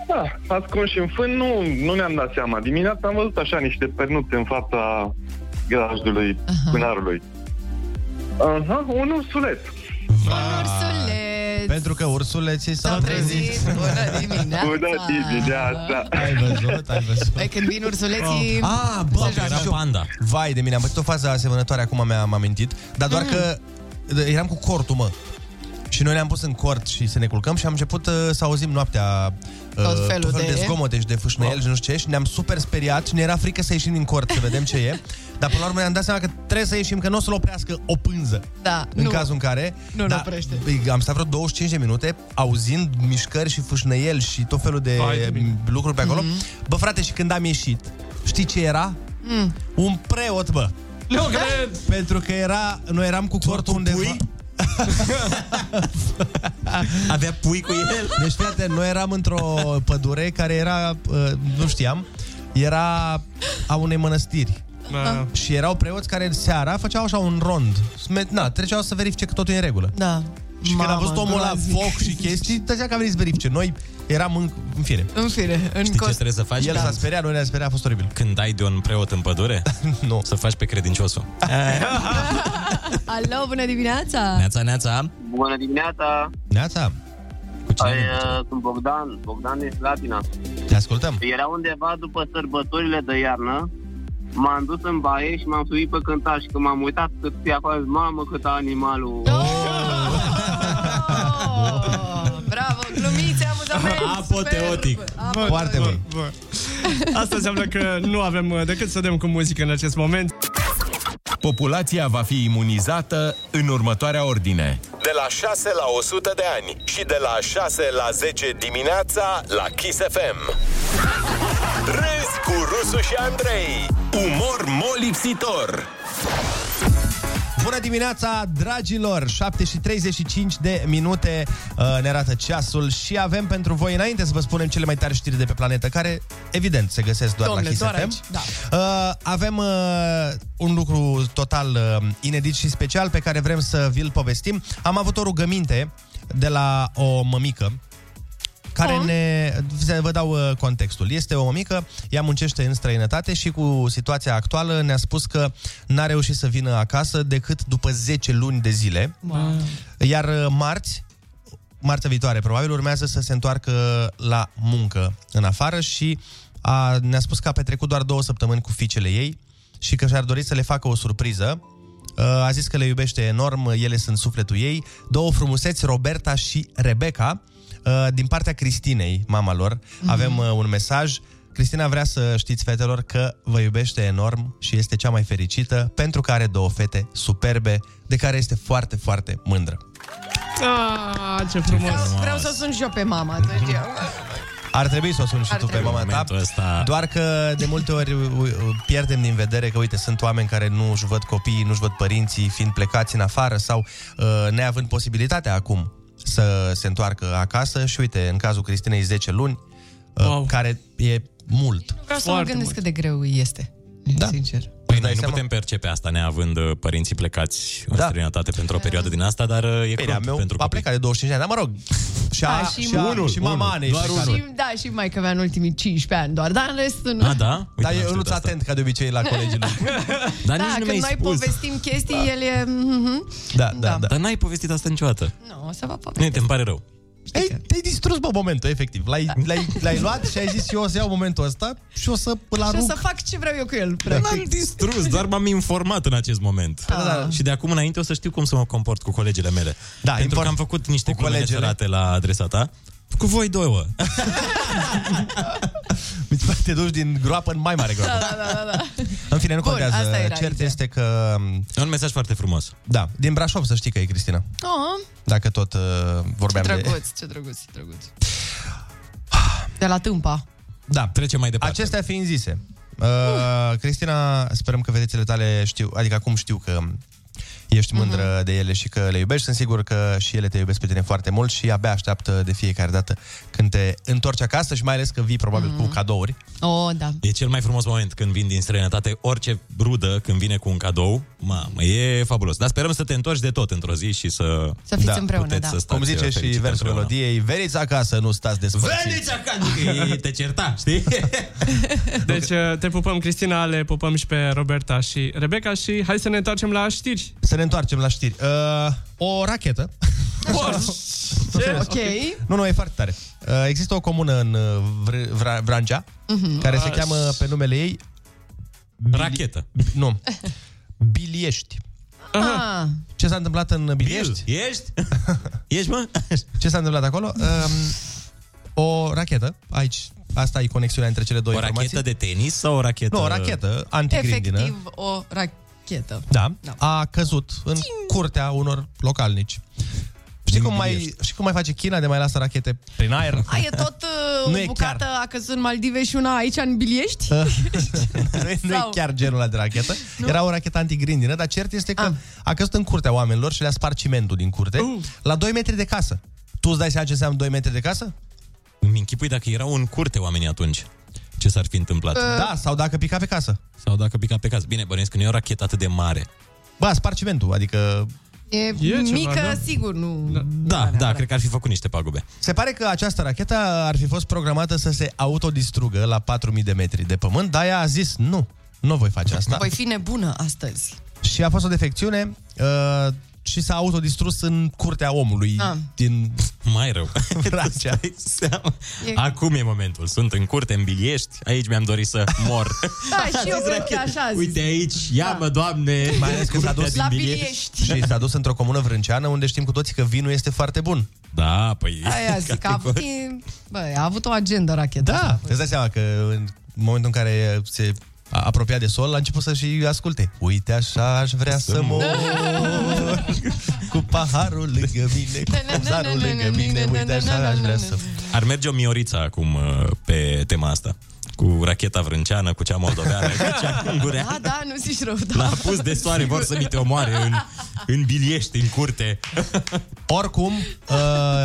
Da, ascuns și în fân, nu, nu ne-am dat seama. Dimineața am văzut așa niște pernuțe în fața grajdului, fânarului. Aha, un ursuleț.
Ursuleț!
Pentru că ursuleții s-au
S-au
trezit.
trezit. Bună dimineața!
Bună dimineața!
Ai văzut, ai văzut.
Păi când vin ursuleții,
Ah, bă,
se joacă.
era panda. Vai de mine, am pățit o fază asemănătoare, acum mi-am amintit, dar
Mm.
doar că eram cu cortul, mă. Și noi ne-am pus în cort și să ne culcăm și am început uh, să auzim noaptea uh,
Tot felul
de...
de-
zgomote și deci de fâșnăieli și nu știu ce și ne-am super speriat și ne era frică să ieșim din cort să vedem ce e. Dar până la urmă ne-am dat seama că trebuie să ieșim, că nu o să-l oprească o pânză.
Da,
În
nu.
cazul în care...
Nu-l
da,
oprește.
Am stat vreo 25 de minute auzind mișcări și fâșnăieli și tot felul de
Vai de mine.
lucruri pe acolo.
Mhm.
Mm-hmm. Bă, frate, și când am ieșit, știi ce era?
Mm.
Un preot, bă.
Nu cred!
Pentru că era, noi eram cu cortul undeva.
Avea pui cu el.
Deci, frate, noi eram într-o pădure care era, uh, nu știam, era a unei mănăstiri.
Da.
Și erau preoți care seara făceau așa un rond. Sme- Na, treceau să verifice că totul e în regulă.
Da.
Și când a
Mamă,
văzut omul la
groaznic.
foc și chestii, tăcea că a venit să verifice. Noi eram în, în fine.
În fine, în
Știi ce
cost...
trebuie să faci?
El
când-
s-a speriat, noi ne-a speriat, a fost oribil.
Când ai de un preot în pădure?
nu.
Să faci pe credinciosul.
Alo, bună dimineața!
Neața, neața.
Bună dimineața!
Neața,
Cu cine?
Ai, uh, sunt Bogdan, Bogdan din Slatina.
te ascultăm.
Era undeva după sărbătorile de iarnă, m-am dus în baie și m-am suit pe cântar și când m-am uitat cât e acolo, am zis, mamă cât a animalul.
Oh, bravo, glumițe, amuzament!
Apoteotic.
Superb.
Foarte bun.
Bun. Asta înseamnă că nu avem uh, decât să dăm cu muzică în acest moment.
Populația va fi imunizată în următoarea ordine. De la 6 la 100 de ani și de la 6 la 10 dimineața la Kiss FM. Râzi cu Rusu și Andrei. Umor molipsitor.
Bună dimineața, dragilor! 7 și 35 de minute uh, ne arată ceasul și avem pentru voi, înainte să vă spunem cele mai tare știri de pe planetă, care, evident, se găsesc doar
Domnule,
la Kiss
doar
FM.
aici,
da. uh, avem uh, un lucru total uh, inedit și special pe care vrem să vi-l povestim. Am avut o rugăminte de la o mămică care ne... să Vă dau uh, contextul. Este o mică, ea muncește în străinătate și cu situația actuală ne-a spus că n-a reușit să vină acasă decât după 10 luni de zile.
Wow.
Iar uh, marți, marțea viitoare probabil, urmează să se întoarcă la muncă în afară și a, ne-a spus că a petrecut doar două săptămâni cu fiicele ei și că și-ar dori să le facă o surpriză. Uh, A zis că le iubește enorm, ele sunt sufletul ei. Două frumuseți, Roberta și Rebecca. Uh, Din partea Cristinei, mama lor, mm-hmm. avem uh, un mesaj. Cristina vrea să știți, fetelor, că vă iubește enorm și este cea mai fericită pentru că are două fete superbe, de care este foarte, foarte mândră.
Ah, ce frumos. Vreau, vreau să sun și eu pe mama, să știu.
Ar trebui să o suni și tu pe mama ta,
ăsta...
doar că de multe ori u- u- pierdem din vedere că, uite, sunt oameni care nu își văd copiii, nu își văd părinții, fiind plecați în afară sau uh, neavând posibilitatea acum să se întoarcă acasă și, uite, în cazul Cristinei 10 luni, uh, wow. care e mult.
Vreau să mă gândesc cât de greu este.
Da.
Sincer.
Păi noi nu putem percepe asta neavând uh, părinții plecați în da. străinătate pentru o perioadă din asta, dar uh, e
Bine,
crunt
Păi, meu
pentru
a plecat de 25 de ani, dar mă rog. Și, a,
Da,
Ah, și,
și
și, a,
unul,
și mama
unul,
Anei.
doar
și
Și, da, și mai că avea în ultimii 15 ani doar, dar în restul nu.
Ah,
da?
Dar eu nu-ți atent ca de obicei la colegii lui.
Dar
da,
nici nu
când
mi-ai
noi
spus.
povestim chestii, el e... Mm-hmm.
Da, da, da.
Dar n-ai povestit asta niciodată.
Nu, o să vă povestim.
Nu, te îmi pare rău.
Ei, te-ai distrus, bă, momentul, efectiv. L-ai,
Da.
l-ai, l-ai luat și ai zis, eu o să iau momentul ăsta și o să îl
Și o
arunc.
să fac ce vreau eu cu el.
Dar
practic.
n-am distrus, doar m-am informat în acest moment.
Păi
Da, da, da.
Și de acum înainte o să știu cum să mă comport cu colegele mele.
Da,
Pentru
import-
că am făcut niște
cu
glume
colegele.
neserate la adresa ta. Cu voi două.
Te duci din groapă în mai mare groapă.
Da, da, da, da, da.
În fine, nu
Bun,
contează.
asta era
Cert
ideea.
este că...
Un mesaj foarte frumos.
Da, din Brașov să știi că e Cristina.
Oh,
Dacă tot uh,
ce
vorbeam de...
drăguț, ce drăguț, ce drăguț. De la tâmpa.
Da.
Trecem mai departe.
Acestea fiind zise, uh, Cristina, sperăm că vedețile tale știu, adică acum știu că
Mhm.
ești mândră de ele și că le iubești. Sunt sigur că și ele te iubesc pe tine foarte mult și abia așteaptă de fiecare dată când te întorci acasă și mai ales că vii probabil
Mhm.
cu cadouri.
Oh, da.
E cel mai frumos moment când vin din străinătate, orice rudă când vine cu un cadou, mamă, e fabulos. Dar sperăm să te întorci de tot într-o zi și să,
Să fiți împreună,
puteți
da.
Să stați uh,
Cum zice și
fericiți
versul
împreună.
melodiei, veniți acasă, nu stați despărțiți.
Veniți acasă! Adică te certa, știi?
Deci uh, te pupăm, Cristina, le pupăm și pe Roberta și Rebecca și hai să ne întoarcem la știri.
Să ne întoarcem la știri. Uh, o rachetă.
Ce?
Ok.
Nu, nu, e foarte tare. Uh, există o comună în uh, Vr- Vra- Vrancea,
Mhm.
care se cheamă pe numele ei... Bili-
Rachetă.
Nu. Biliești.
Ah,
Ce s-a întâmplat în Biliești?
Ești? Ești? Ești, mă?
Ce s-a întâmplat acolo? Um, o rachetă, aici, asta e conexiunea între cele două
O
informații.
rachetă de tenis sau o rachetă...
Nu, o rachetă antigrindină.
efectiv o rachetă.
Da,
Da.
a căzut în curtea unor localnici. Știi cum, mai, știi cum mai face China de mai lasă rachete prin aer?
A, e tot uh,
Nu
o
e Uh,
bucată a căzut în Maldive și una aici în Biliești?
nu, e, nu e
Sau-
chiar genul ăla de rachetă. Nu? Era o rachetă antigrindină, dar cert este că
Ah.
a. căzut în curtea oamenilor și le-a spart cimentul din curte uh. la 2 metri de casă. Tu îți dai seama ce înseamnă 2 metri de casă?
Îmi închipui dacă erau în curte oamenii atunci. Ce s-ar fi
Uh.
întâmplat?
Da, sau dacă pica pe casă.
Sau dacă pica pe caz. Bine, bănuiesc că nu e o rachetă atât de mare.
Bă, a spart cimentul, adică...
E, e
ceva,
mică,
da.
sigur, nu... Da.
Da, da, cred că ar fi făcut niște pagube.
Se pare că această rachetă ar fi fost programată să se autodistrugă la 4000 de metri de pământ, dar ea a zis nu, nu voi face asta.
Voi fi nebună astăzi.
Și a fost o defecțiune uh, și s-a autodistrus în curtea omului
Ah.
din
Mai rău.
Francia.
Dai seama.
E-
Acum e momentul. Sunt în curte, în biliești. Aici mi-am dorit să mor.
Da, și eu
Zis
cred că
rachet.
așa a zis.
Uite aici, ia-mă, doamne.
Mai ales că s-a
Curtea
dus
din
La Biliești.
Și s-a dus într-o comună vrânceană unde știm cu toții că vinul este foarte bun.
Da, păi...
Aia zic, a avut,
categoric.
bă, a avut o agendă racheta.
Da, îți dai seama că în momentul în care se a- apropia de sol, a început să și asculte. Uite așa aș vrea să mor Cu paharul lângă mine, cu copzarul lângă mine Uite așa aș vrea să
Ar merge o mioriță acum uh, pe tema asta. cu racheta vrânceană, cu cea moldoveană, cu cea ungureană.
Da, da, nu zici rău, da.
L-a pus de soare, vor să mi te omoare în, în biliești, în curte.
Oricum, uh,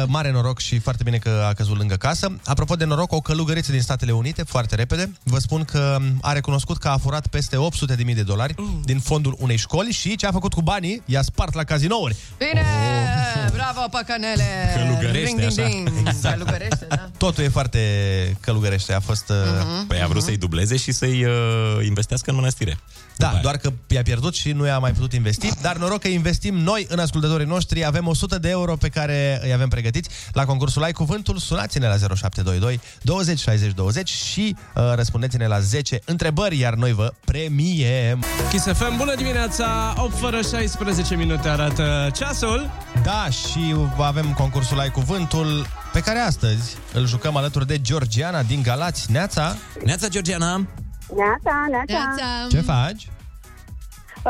mare noroc și foarte bine că a căzut lângă casă. Apropo de noroc, o călugăriță din Statele Unite, foarte repede, vă spun că a recunoscut că a furat peste 800.000 de dolari din fondul unei școli și ce a făcut cu banii, i-a spart la cazinouri.
Bine, bravo, păcănele!
Oh. Călugărește,
ding, ding,
așa.
ding.
Exact.
Călugărește, da.
Totul e foarte călugărește, a fost... Uh...
Păi a vrut să-i dubleze și să-i uh, investească în mănăstire. Da.
Da, doar că i-a pierdut și nu i-a mai putut investi, dar noroc că investim noi în ascultătorii noștri, avem 100 de euro pe care îi avem pregătiți la concursul Ai Cuvântul, sunați-ne la 0722 20 60 20 și uh, răspundeți-ne la 10 întrebări, iar noi vă premiem.
Kiss FM, bună dimineața, 8 fără 16 minute arată ceasul.
Da, și avem concursul Ai Cuvântul, pe care astăzi îl jucăm alături de Georgiana din Galați. Neața!
Neața, Georgiana!
Neața, neața. neața.
Ce faci?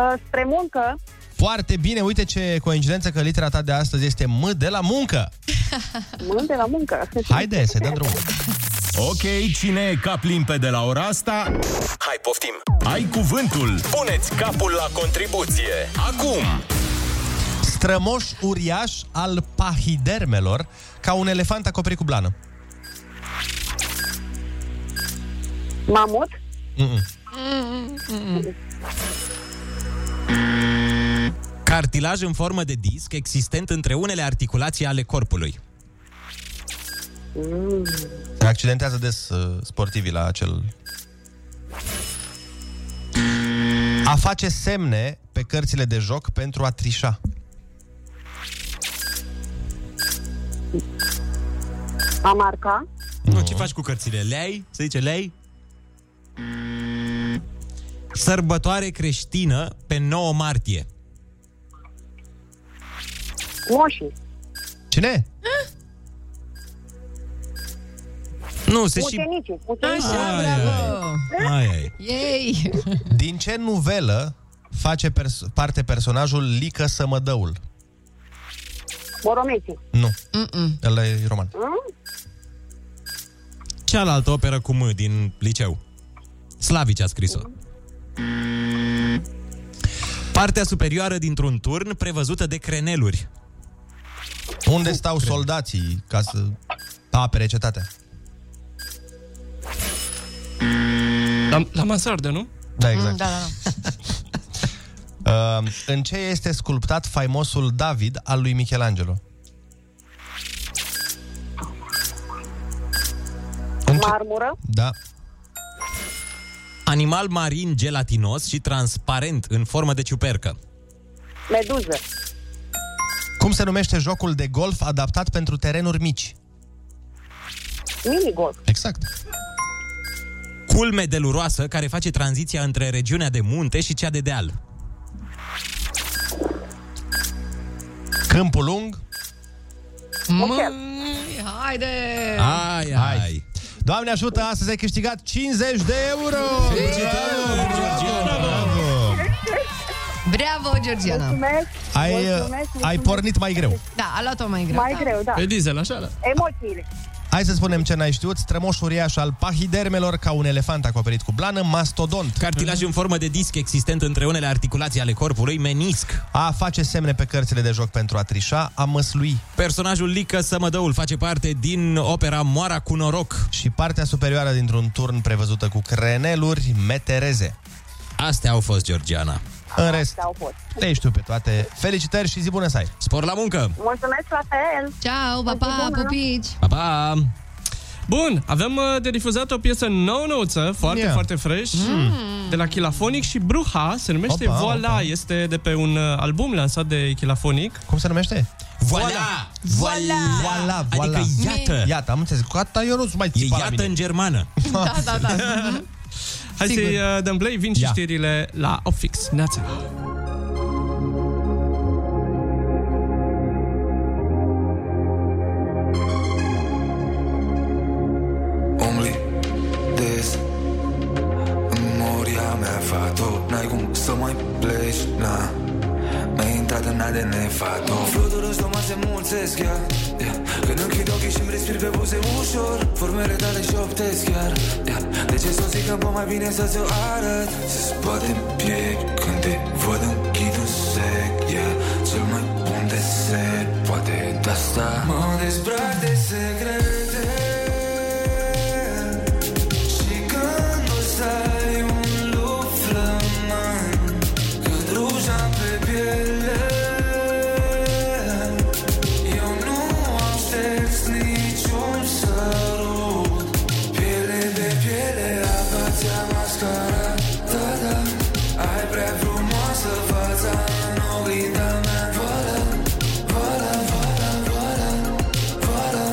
Uh, spre muncă.
Foarte bine, uite ce coincidență că litera ta de astăzi este M de la muncă.
Mâine de la muncă.
Haide, să dăm drumul.
Ok, cine e cap limpede la ora asta? Hai, poftim! Ai cuvântul! Puneți capul la contribuție! Acum!
Strămoș uriaș al pahidermelor, ca un elefant acoperit cu blană.
Mamut.
Mm-mm.
Cartilaj în formă de disc existent între unele articulații ale corpului.
Mm.
Se accidentează des uh, sportivii la acel... A face semne pe cărțile de joc pentru a trișa.
A marca.
Nu, ce faci cu cărțile? Le ai? Se zice le ai? Sărbătoare creștină pe 9 martie.
Moșii.
Cine?
Nu, se și...
Ucenicii.
Așa,
Ucenicii.
bravo!
Ai, ai.
Ei!
Din ce nuvelă face pers- parte personajul Lică Sămădăul?
Boromecii.
Nu, ăla e roman.
Mm?
Cealaltă operă cu M din liceu. Slavici a scris-o. Partea superioară dintr-un turn prevăzută de creneluri.
Unde stau soldații ca să apere cetatea?
La, la mansardă, nu?
Da, exact.
Da, da, da.
Uh, în ce este sculptat faimosul David al lui Michelangelo?
Marmură.
Da.
Animal marin gelatinos și transparent în formă de ciupercă.
Meduză.
Cum se numește jocul de golf adaptat pentru terenuri mici?
Minigol.
Exact.
Culme deluroasă care face tranziția între regiunea de munte și cea de deal.
Câmpul lung?
Măi, Mm, haide!
Ai, ai.
Doamne ajută, astăzi ai câștigat 50 de euro! Bravo!
Bravo, Georgiana!
Mulțumesc.
Ai, uh,
Mulțumesc,
ai
mulțumesc.
pornit mai greu.
Da, a luat-o mai greu.
Mai
da.
greu, da.
Pe diesel, așa, da.
Emoțiile.
Hai să spunem ce n-ai știut. Strămoș uriaș al pahidermelor ca un elefant acoperit cu blană, mastodont.
Cartilaj în formă de disc existent între unele articulații ale corpului, menisc.
A face semne pe cărțile de joc pentru a trișa, a măslui.
Personajul Lică Sămădăul face parte din opera Moara cu noroc.
Și partea superioară dintr-un turn prevăzută cu creneluri, metereze.
Astea au fost, Georgiana.
În rest,
Astea au fost.
le știu pe toate. Felicitări și zi bună să ai!
Spor la muncă!
Mulțumesc la fel.
Ciao, pa, pa, pupici!
Pa, pa!
Bun, avem uh, de difuzat o piesă nouă-nouță, foarte,
Yeah.
yeah. foarte fresh, de la Chilafonic și Bruha, se numește
Mm. Opa,
opa, Voila,
opa.
opa. este de pe un uh, album lansat de Chilafonic.
Cum se numește?
Voila!
Voila!
Voila, voila!
Adică iată!
Iată, am înțeles. Gata, eu nu mai
E
țipa la
iată
mine.
în germană.
Da, da, da.
Hai
Sigur.
să-i uh, dăm play, vin și
Ia.
știrile la Ofix. Neața!
Only this Memoria mea, fato N-ai cum să mai pleci, na Mi-ai intrat în de nefat Un flutur în stomac se mulțesc chiar ia. Când închid ochii și-mi respir pe buze ușor Formele tale șoptesc chiar ia. De ce să o zic că pot mai bine să ți-o arăt Se spate în piept când te văd închid un sec yeah. Cel mai bun deser Poate de asta mă dezbrac de secrete Și când o să ai un lup flămând cât ruja pe piele Eu nu am șters niciun sărut Piele de piele Apa ți-a mascara Da, da Ai prea frumoasă fața În oglinda mea Voilà, voilà, voilà, voilà Voilà,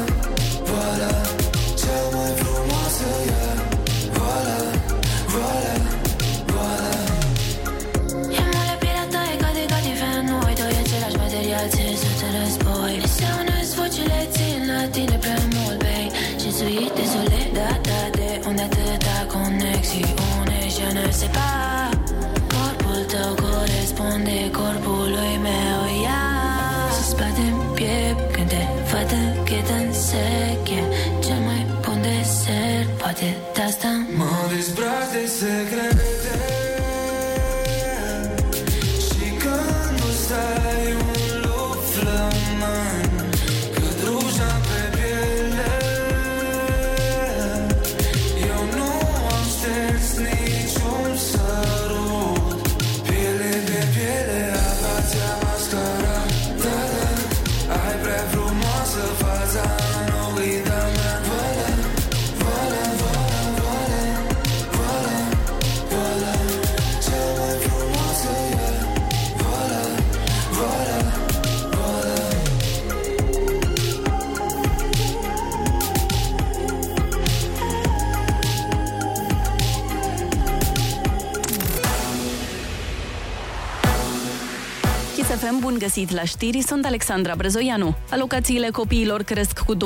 voilà Cea mai frumoasă e Voilà, voilà, voilà
Ea pirata e ca de cative în noi Doi același material, țin să te război Seamănă-ți vocile, țin la tine prea mult, bei Și suit de soledata de unde atâta conexiune Și ne separa Corpul tău corespunde corpului meu, ia Se spate în piept când te văd închid în sec E cel mai bun desert, poate de asta
Mă dezbrac de secrete Și când o stai un lup flămând Cât ruja pe piele Eu nu am șters niciun sărut Piele de piele, apa ți-a mascara Da, da, ai prea frumoasă fața În oglinda mea, voilà, voilà, voilà, voilà Voilà, voilà, cea mai frumoasă e Voilà, voilà, voilà
Chisafem, bun găsit la știri, sunt Alexandra Brezoianu. Alocațiile copiilor cresc cu 20%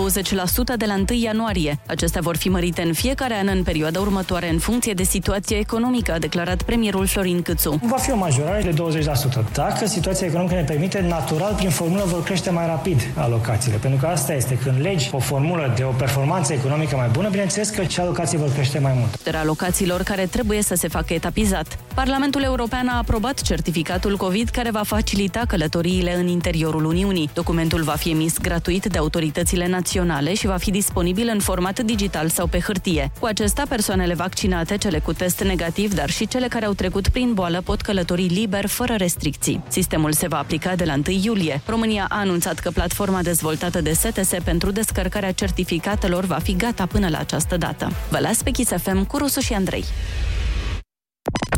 de la 1 ianuarie. Acestea vor fi mărite în fiecare an în perioada următoare în funcție de situația economică, a declarat premierul Florin Câțu.
Va fi o majorare de 20%. Dacă situația economică ne permite, natural, prin formulă vor crește mai rapid alocațiile. Pentru că asta este, când legi o formulă de o performanță economică mai bună, bineînțeles că și alocații vor crește mai mult.
Creșterea alocațiilor care trebuie să se facă etapizat. Parlamentul European a aprobat certificatul COVID care va facilita călătoriile în interiorul Uniunii. Documentul va fi emis gratuit de autoritățile naționale și va fi disponibil în format digital sau pe hârtie. Cu acesta, persoanele vaccinate, cele cu test negativ, dar și cele care au trecut prin boală pot călători liber, fără restricții. Sistemul se va aplica de la 1 iulie. România a anunțat că platforma dezvoltată de STS pentru descărcarea certificatelor va fi gata până la această dată. Vă las pe Kiss FM cu Rusu și Andrei.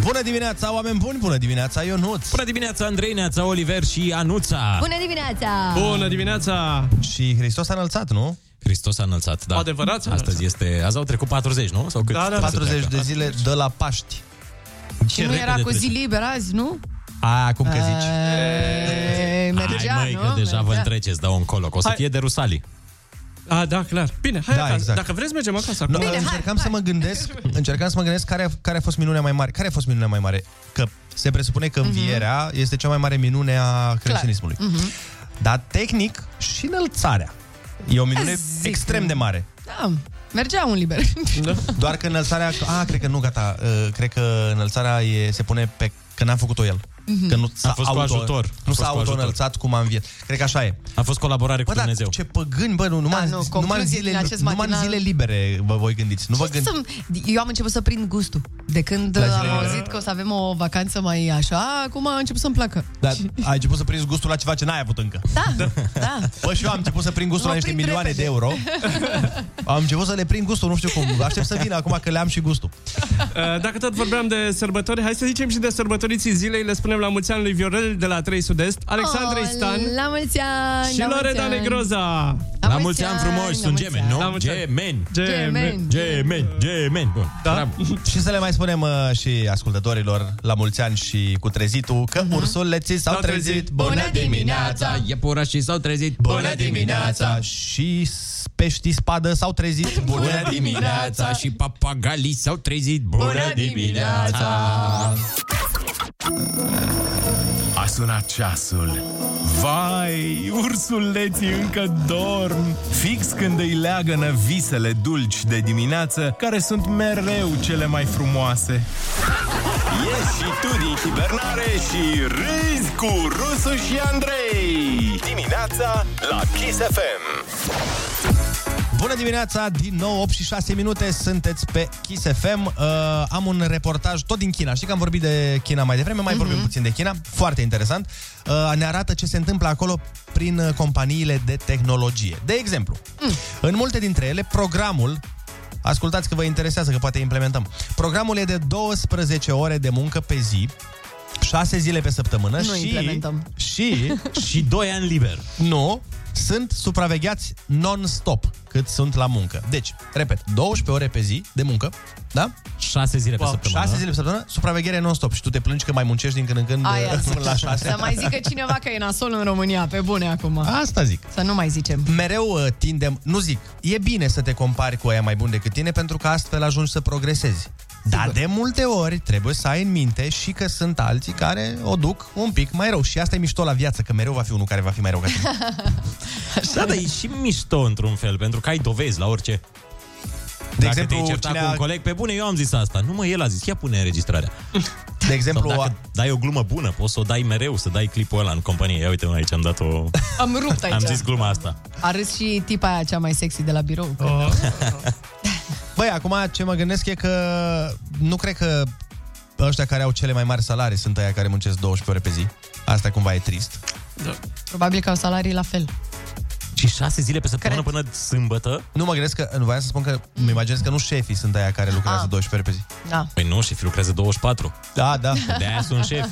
Bună dimineața, oameni buni! Bună dimineața, Ionuț!
Bună dimineața, Andrei, Neața, Oliver și Anuța!
Bună dimineața!
dimineața!
Și Hristos a înălțat, nu?
Hristos a înălțat, da.
Adevărat s-a
Astăzi este, azi au trecut 40, nu? Sau cât?
Da, da, 40 de zile de la Paști.
Și nu era cu zi liberă azi, nu?
A, cum că zici?
E, mergea,
Hai, măi,
nu?
că deja vă
Mergea.
întreceți, da, încolo, că o să
Hai.
fie de Rusalii.
A, da, clar. Bine, hai
Da,
da, acasă.
exact.
Exact. Dacă vreți,
Adică
mergem acasă
Nu,
acum.
Bine, încercam să mă gândesc, încercam să mă gândesc care a, care a fost minunea mai mare. Care a fost minunea mai mare? Că se presupune că învierea
Mhm.
mm-hmm. este cea mai mare minune a creștinismului.
Mm.
Mhm.
Dar tehnic și înălțarea. E o minune
Zic.
extrem de mare.
Da, mergea un liber.
Da. Doar că înălțarea... A, cred că nu, gata. Uh, Cred că înălțarea e, se pune pe... Că n-am făcut-o el.
Mhm.
Că nu
A fost cu ajutor. A
Nu
fost
s-a
cu ajutor.
auto-înălțat cum am înviat. Cred că așa e.
A fost colaborare
cu Dumnezeu. da, ce păgâni, bă, nu, numai, da, nu, numai, în
concluzie
zile,
din acest
numai în
matinal.
zile libere vă voi gândiți. Nu vă gândiți.
Să-mi- Eu am început să prind gustul. De când
La
am
zile-
auzit că o să avem o vacanță mai așa, acum a început să-mi placă.
Dar ai început să prinzi gustul la ceva ce n-ai avut încă.
Da, da.
Bă, și eu am început să prind gustul
Mă
la niște
prind
milioane
repede.
de euro. Am început să le prind gustul, nu știu cum. Aștept să vină acum că le am și gustul.
Uh, Dacă tot vorbeam de sărbători, hai să zicem și de sărbătoriții zilei. Le spunem la mulți ani lui Viorel de la 3 Sud-Est, Alexandrei Stan
La mulți ani!
și
la mulți
Lorena
ani.
Negroza.
La, la mulți ani frumoși, sunt gemeni, nu? Gemeni.
Gemeni.
Gemeni. Gemeni. Bun.
Da. și să le mai spunem uh, și ascultătorilor la mulți ani și cu trezitul că uh-huh. ursuleții s-au trezit.
Iepurașii s-au trezit.
Bună dimineața! Și s- peștii spadă s-au trezit.
Bună dimineața! Și papagalii s-au trezit. Bună dimineața!
A sunat ceasul. Vai, ursuleții încă dorm! Fix când îi leagănă visele dulci de dimineață, care sunt mereu cele mai frumoase.
Ieși și tu din hibernare și râzi cu Rusu și Andrei. Dimineața la Kiss FM.
Bună dimineața, din nou 8 și 6 minute, sunteți pe Kiss FM. Uh, am un reportaj tot din China. Știi că am vorbit de China mai devreme,
Mhm.
mai vorbim puțin de China. Foarte interesant. Uh, ne arată ce se întâmplă acolo prin uh, companiile de tehnologie. De exemplu,
Mm.
în multe dintre ele, programul Ascultați că vă interesează, că poate implementăm. Programul e de 12 ore de muncă pe zi, 6 zile pe săptămână
Nu
și...
implementăm.
Și... și 2 ani liber. Nu, sunt supravegheați non-stop cât sunt la muncă. Deci, repet, 12 ore pe zi de muncă, da?
6 zile pe săptămână.
6 zile pe săptămână, da? supraveghere non-stop. Și tu te plângi că mai muncești din când în când
Aia zic.
la 6.
Să mai zică cineva că e nasol în România, pe bune acum.
Asta zic.
Să nu mai zicem.
Mereu uh, tindem, nu zic, e bine să te compari cu aia mai bun decât tine pentru că astfel ajungi să progresezi. Dar de multe ori trebuie să ai în minte și că sunt alții care o duc un pic mai rău. Și asta e mișto la viață, că mereu va fi unul care va fi mai rău ca tine.
Da, dar e și mișto într-un fel, pentru că ai dovezi la orice. De dacă
exemplu,
exemplu, te-ai certat
cine
cu
a-
un coleg, pe bune, eu am zis asta. Nu mă, el a zis, ia pune înregistrarea.
De exemplu,
Sau dacă dai o glumă bună, poți să o dai mereu, să dai clipul ăla în companie. Ia uite, mă, aici am dat o...
Am rupt aici.
Am zis gluma asta.
A râs și tipa aia cea mai sexy de la birou. Oh.
Băi, acum ce mă gândesc e că nu cred că ăștia care au cele mai mari salarii sunt aia care muncesc 12 ore pe zi. Asta cumva e trist.
Probabil că au salarii la fel.
Și șase zile pe săptămână Cred. până sâmbătă?
Nu mă gândesc că, nu voiam să spun că, îmi imaginez că nu șefii sunt aia care lucrează
Ah.
12 ore pe zi.
Da.
Păi nu, șefii lucrează 24.
Da, da.
De-aia sunt șef,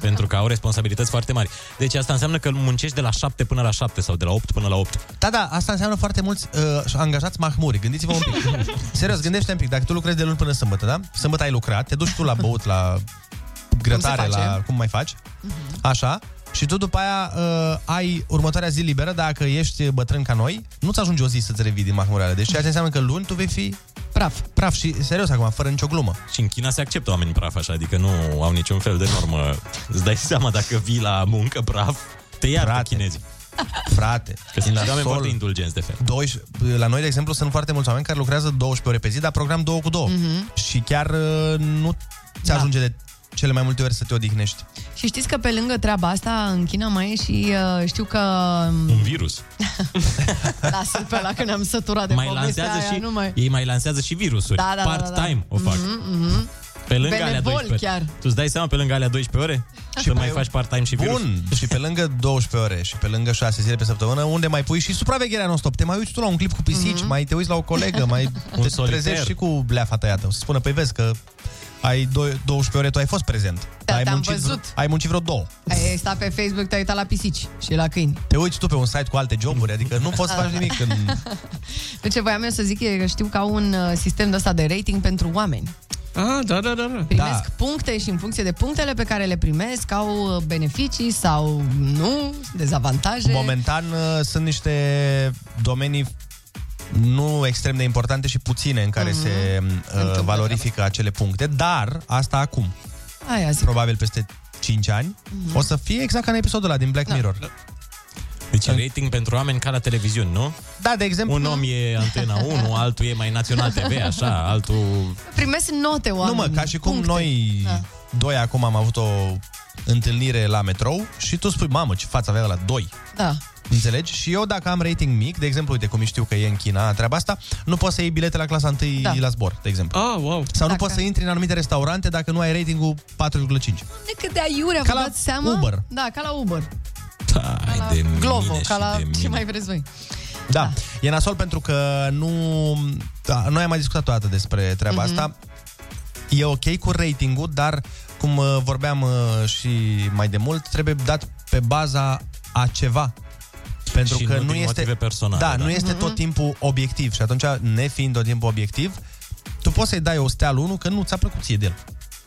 pentru că au responsabilități foarte mari. Deci asta înseamnă că muncești de la 7 până la 7 sau de la 8 până la 8.
Da, da, asta înseamnă foarte mulți uh, angajați mahmuri. Gândiți-vă un pic. Serios, gândește un pic. Dacă tu lucrezi de luni până sâmbătă, da? Sâmbătă ai lucrat, te duci tu la băut, la grătare,
Cum se
la
face? Mhm.
cum mai faci. Așa. Și tu după aia uh, ai următoarea zi liberă, dacă ești bătrân ca noi, nu-ți ajunge o zi să-ți revii din mahmureală. Deci ceea ce înseamnă că luni tu vei fi
praf.
Praf și serios acum, fără nicio glumă.
Și în China se acceptă oamenii praf așa, adică nu au niciun fel de normă. Îți dai seama dacă vii la muncă praf, te iartă Frate. chinezii.
Frate,
Că sunt
din
oameni
nasol.
foarte indulgenți de fel.
12, la noi, de exemplu, sunt foarte mulți oameni care lucrează 12 ore pe zi, dar program 2 cu 2.
Mhm.
Și chiar uh, nu ți
Da.
ajunge de cele mai multe ori să te odihnești.
Și știți că pe lângă treaba asta, în China mai e și uh, știu că...
Un virus.
Lasă-l pe ăla că ne-am săturat de
mai
povestea
lansează
aia,
și,
nu mai...
Ei mai lansează și virusuri.
Da, da, da, da, da.
Part-time o fac.
Mhm, mhm.
Pe lângă alea
Benevol
12
chiar.
Tu îți dai seama pe lângă alea 12 ore?
Da.
Și să mai faci part-time și virus?
Bun, și pe lângă 12 ore și pe lângă 6 zile pe săptămână, unde mai pui și supravegherea non-stop. Te mai uiți tu la un clip cu
Mhm.
pisici, mm-hmm. mai te uiți la o colegă, mai
Un
te
solitar.
trezești și cu bleafa tăiată. O să spună, păi vezi că ai doi- 12 ore, tu ai fost prezent. Da, ai,
te-am
muncit, vre-
văzut.
ai muncit vreo două.
Ai stat pe Facebook, te-ai uitat la pisici și la câini.
Te uiți tu pe un site cu alte joburi, adică nu poți să faci nimic. În...
Nu, Deci, ce voiam eu să zic e că știu că au un uh, sistem de ăsta de rating pentru oameni.
Ah, da, da, da, da.
Primesc da. puncte și în funcție de punctele pe care le primesc au uh, beneficii sau nu, dezavantaje.
Momentan uh, sunt niște domenii nu extrem de importante și puține în care mm-hmm. se uh, valorifică acele puncte, dar asta acum.
Aia zic.
Probabil peste 5 ani. Mm-hmm. O să fie exact ca în episodul ăla din Black da. Mirror.
Deci rating pentru oameni ca la televiziuni, nu?
Da, de exemplu...
Un om e Antena 1, altul e mai Național TV, așa, altul...
Primesc note
Nu
oameni.
mă, ca și cum Puncte. noi da.
Da.
doi acum am avut o întâlnire la metrou și tu spui, mamă, ce față avea la doi.
Da.
Înțelegi? Și eu dacă am rating mic, de exemplu, uite cum știu că e în China treaba asta, nu poți să iei bilete la clasa 1 da.
Da.
la zbor, de exemplu.
Ah, wow.
Sau nu poți să intri în anumite restaurante dacă nu ai ratingul 4,5.
De cât de aiurea,
Ca
vă
la
dați seama?
Uber.
Da, ca la Uber.
Hai
la
de
Glovo,
mine și
ca la
de
ce
mine.
mai vreți voi.
Da. da. E nasol pentru că nu... Da, noi am mai discutat o dată despre treaba mm-hmm.
Mhm.
asta. E ok cu ratingul, dar cum uh, vorbeam uh, și mai de mult, trebuie dat pe baza a ceva. Pentru
Și
că
nu
nu,
din
este
motive personale,
Da,
da.
nu
Mhm.
este tot timpul obiectiv și atunci nefiind tot timpul obiectiv, tu poți să-i dai o stea lui unul că nu ți-a plăcut ție de el.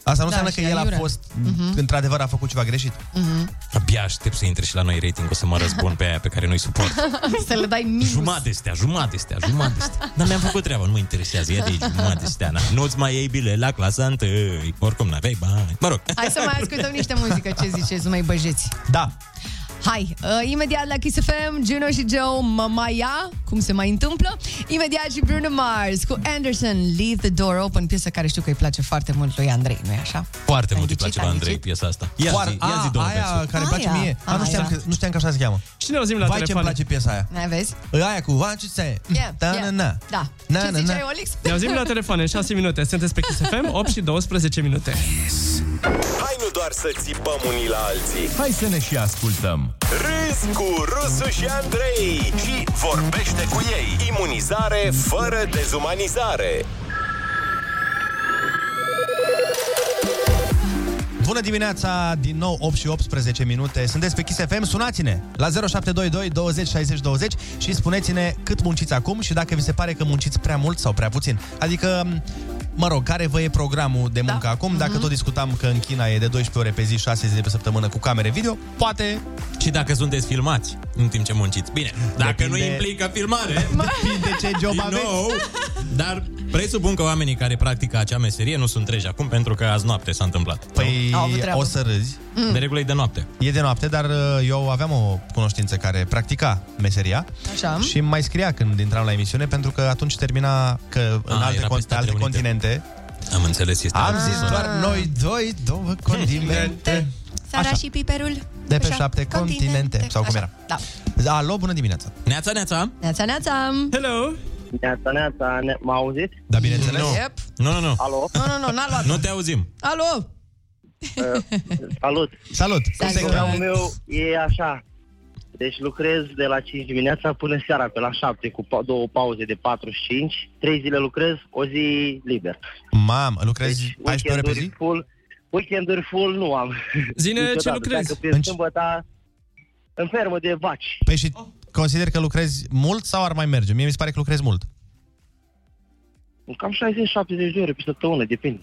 Asta nu
Da,
înseamnă
și
că el
aiurea.
a fost
Mhm.
într-adevăr a făcut ceva greșit.
Mhm.
Abia aștept să intre și la noi rating, o să mă răzbun pe aia pe care nu-i suport.
Să le dai minus.
Jumate stea, jumate stea, jumate stea. Dar mi-am făcut treaba, nu mă interesează, ia de aici, jumate stea. na. Nu-ți mai iei bile la clasa întâi, oricum n-aveai bani. Mă rog.
Hai să mai ascultăm niște muzică, ce ziceți, nu mai băjeți.
Da.
Hai, uh, imediat la Kiss FM, Gino și Joe, Mamaia, cum se mai întâmplă. Imediat și Bruno Mars cu Anderson, Leave the Door Open, piesă care știu că îi place foarte mult lui Andrei, nu-i așa?
Foarte mult îi place lui Andrei piesa asta. Ia
Foar-
zi, ia
a,
zi două
aia
versuri.
care îmi place mie. A, nu,
aia.
știam că, nu știam că așa se cheamă.
Și ne auzim la
Vai ce-mi
telefoane.
place piesa aia.
Ai vezi?
Aia cu vai ce se...
Yeah,
Da,
yeah.
na, na.
Da.
Na,
Ce
na,
ziceai,
na.
Olix?
Ne auzim la telefoane, 6 minute. Sunteți pe Kiss FM, 8 și 12 minute.
Hai nu doar să țipăm unii la alții
Hai să ne și ascultăm.
Râzi cu Rusu și Andrei Și vorbește cu ei Imunizare fără dezumanizare
Bună dimineața, din nou 8 și 18 minute. Sunteți pe Kiss FM, sunați-ne la 0722 20 60 20 și spuneți-ne cât munciți acum și dacă vi se pare că munciți prea mult sau prea puțin. Adică, mă rog, care vă e programul de muncă da. acum? Dacă tot discutam că în China e de 12 ore pe zi, 6 zile pe săptămână cu camere video, poate...
Și dacă sunteți filmați în timp ce munciți. Bine, dacă nu implică filmare,
Depinde ce job
Din
aveți.
nou, dar presupun că oamenii care practică acea meserie nu sunt treji acum pentru că azi noapte s-a întâmplat.
Păi
Au avut treabă.
o să râzi.
Mm. De regulă e de noapte.
E de noapte, dar uh, eu aveam o cunoștință care practica meseria
Așa.
și îmi mai scria când intram la emisiune, pentru că atunci termina că în
Ah,
alte,
era pe
con- alte continente.
Am înțeles, este
Am
altă
zis
zonă.
doar noi doi, două continente.
Sara
Așa.
și piperul.
De pe șapte continente. Sau cum era.
Da.
Alo, bună dimineața.
Neața, neața.
Neața, neața!
Hello!
Neața, neața, ne- m auzit?
Da, bineînțeles.
Nu.
Yep.
Nu, nu, nu.
Alo?
Nu, nu, nu, n-a luat.
Nu te auzim.
Alo!
Eh, Salut!
Salut!
Programul meu e așa. Deci lucrez de la 5 dimineața până seara, pe la 7, cu pa- două pauze de 4 și 5. 3 zile lucrez, o zi liber. Deci
Mamă, lucrezi 14 ore pe
Weekenduri
zi?
Full, weekenduri full nu am.
Zine ce
Niciodată.
lucrezi.
Dacă pe
În-
sâmbătă în fermă de vaci.
Păi și consider că lucrezi mult sau ar mai merge? Mie mi se pare că lucrezi mult.
Cam 60-70 de ore pe săptămână, depinde.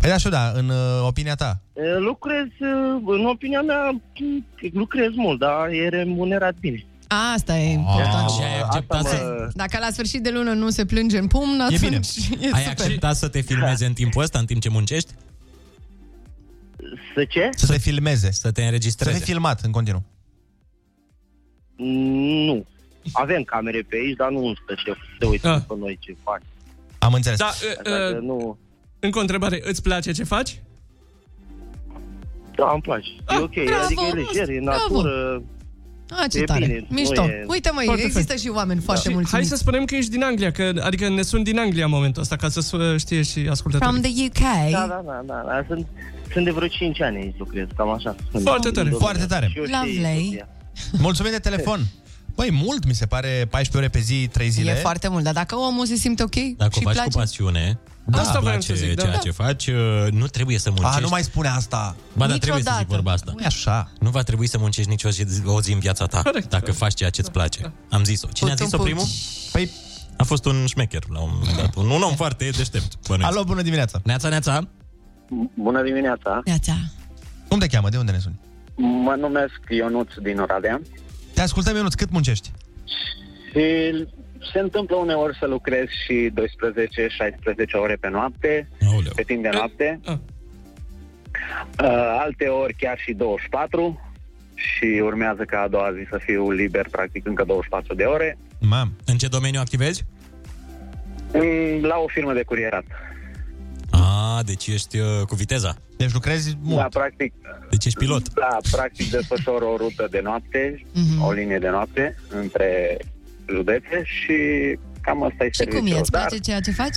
Păi da, știu, da, în uh, opinia ta.
E, Lucrez, e, în opinia mea, m- lucrez mult, dar e remunerat bine.
Asta e.
Atunci ai acceptat
asta
să...
mă-
Dacă la sfârșit de lună nu se plânge în pumn,
E
atunci
bine.
e
Ai
super.
acceptat să te filmeze în timpul ăsta, în timp ce muncești?
Să ce?
Să te filmeze.
Să te
Să fii
înregistreze.
filmat în continuu.
Nu. Avem camere pe aici, dar nu să se, se uită
Ah.
pe noi ce faci.
Am înțeles.
Da,
Așa
uh,
că
uh,
nu...
încă o întrebare. Îți place ce faci? Ah,
Da, îmi place. E ok,
bravo,
adică e lejer, e
bravo.
natură.
A, ce
E
tare.
bine, nu
Mișto.
e-
Uite, mă,
Foarte Da.
există și oameni foarte
Și
mulți.
hai să spunem că ești din Anglia, că, adică ne sunt din Anglia în momentul ăsta, ca să su- știe și
From
da,
ascultătorii.
the UK.
Da, da, da, da, da. Sunt, sunt de vreo 5 ani aici lucrez, cam așa.
Foarte tare.
Foarte tare.
Și eu știu
Lovely.
Soția.
Mulțumim de telefon. Băi, mult mi se pare 14 ore pe zi, 3 zile.
E foarte mult, dar dacă omul se simte ok
Dacă o
și
faci
place...
cu pasiune,
Da,
îți
asta vreau
place
să zic, da.
ceea
Da.
ce faci, uh, nu trebuie să muncești.
A, nu mai spune asta.
Ba, dar trebuie să zic
Niciodată.
vorba asta.
Nu e așa.
Nu va trebui să muncești nicio zi, o zi în viața ta
Corect. Da.
dacă faci ceea ce-ți place. Am zis-o. Cine a
Putu-mi
zis-o
puci.
primul?
Păi,
A fost un șmecher la un moment dat. Un, un om foarte deștept. Bănuiesc.
alo, bună dimineața.
Neața, neața.
Bună dimineața!
Neața.
Cum te cheamă? De unde ne suni?
Mă numesc Ionuț din Oradea
Te ascultăm, Ionuț, cât muncești?
și se întâmplă uneori să lucrez și 12-16 ore pe noapte,
Aoleu.
pe timp de noapte.
Ah.
Uh, Alte ori chiar și 24 și urmează ca a doua zi să fiu liber practic încă 24 de ore
Mam.
În ce domeniu activezi?
Mm, la o firmă de curierat.
A, deci ești uh, cu viteza.
Deci lucrezi mult.
Da, practic,
Deci ești pilot.
da, practic desfășor o rută de noapte,
Mhm.
o linie de noapte între județe și cam asta e
Și cum e?
serviciul.
Îți
Da.
Dar-
place ceea ce faci?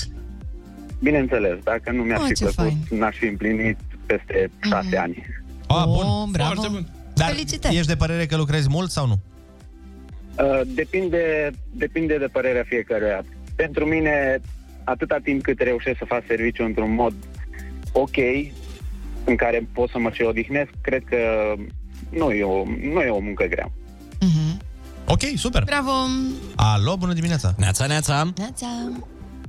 Bineînțeles, dacă nu mi-ar
Oh,
fi
ce
plăcut,
fain. Mhm.
n-aș fi împlinit peste șase ani.
A,
Oh,
bun.
bravo.
Foarte bun.
Dar
Felicitări.
ești de părere că lucrezi mult sau nu?
Uh, depinde, depinde de părerea fiecăruia. Pentru mine, atâta timp cât reușesc să fac serviciu într-un mod ok, în care pot să mă și odihnesc, cred că nu e o, nu e o muncă grea.
Mhm.
Ok, super.
Bravo!
Alo, bună dimineața.
Neața, neața.
Neața!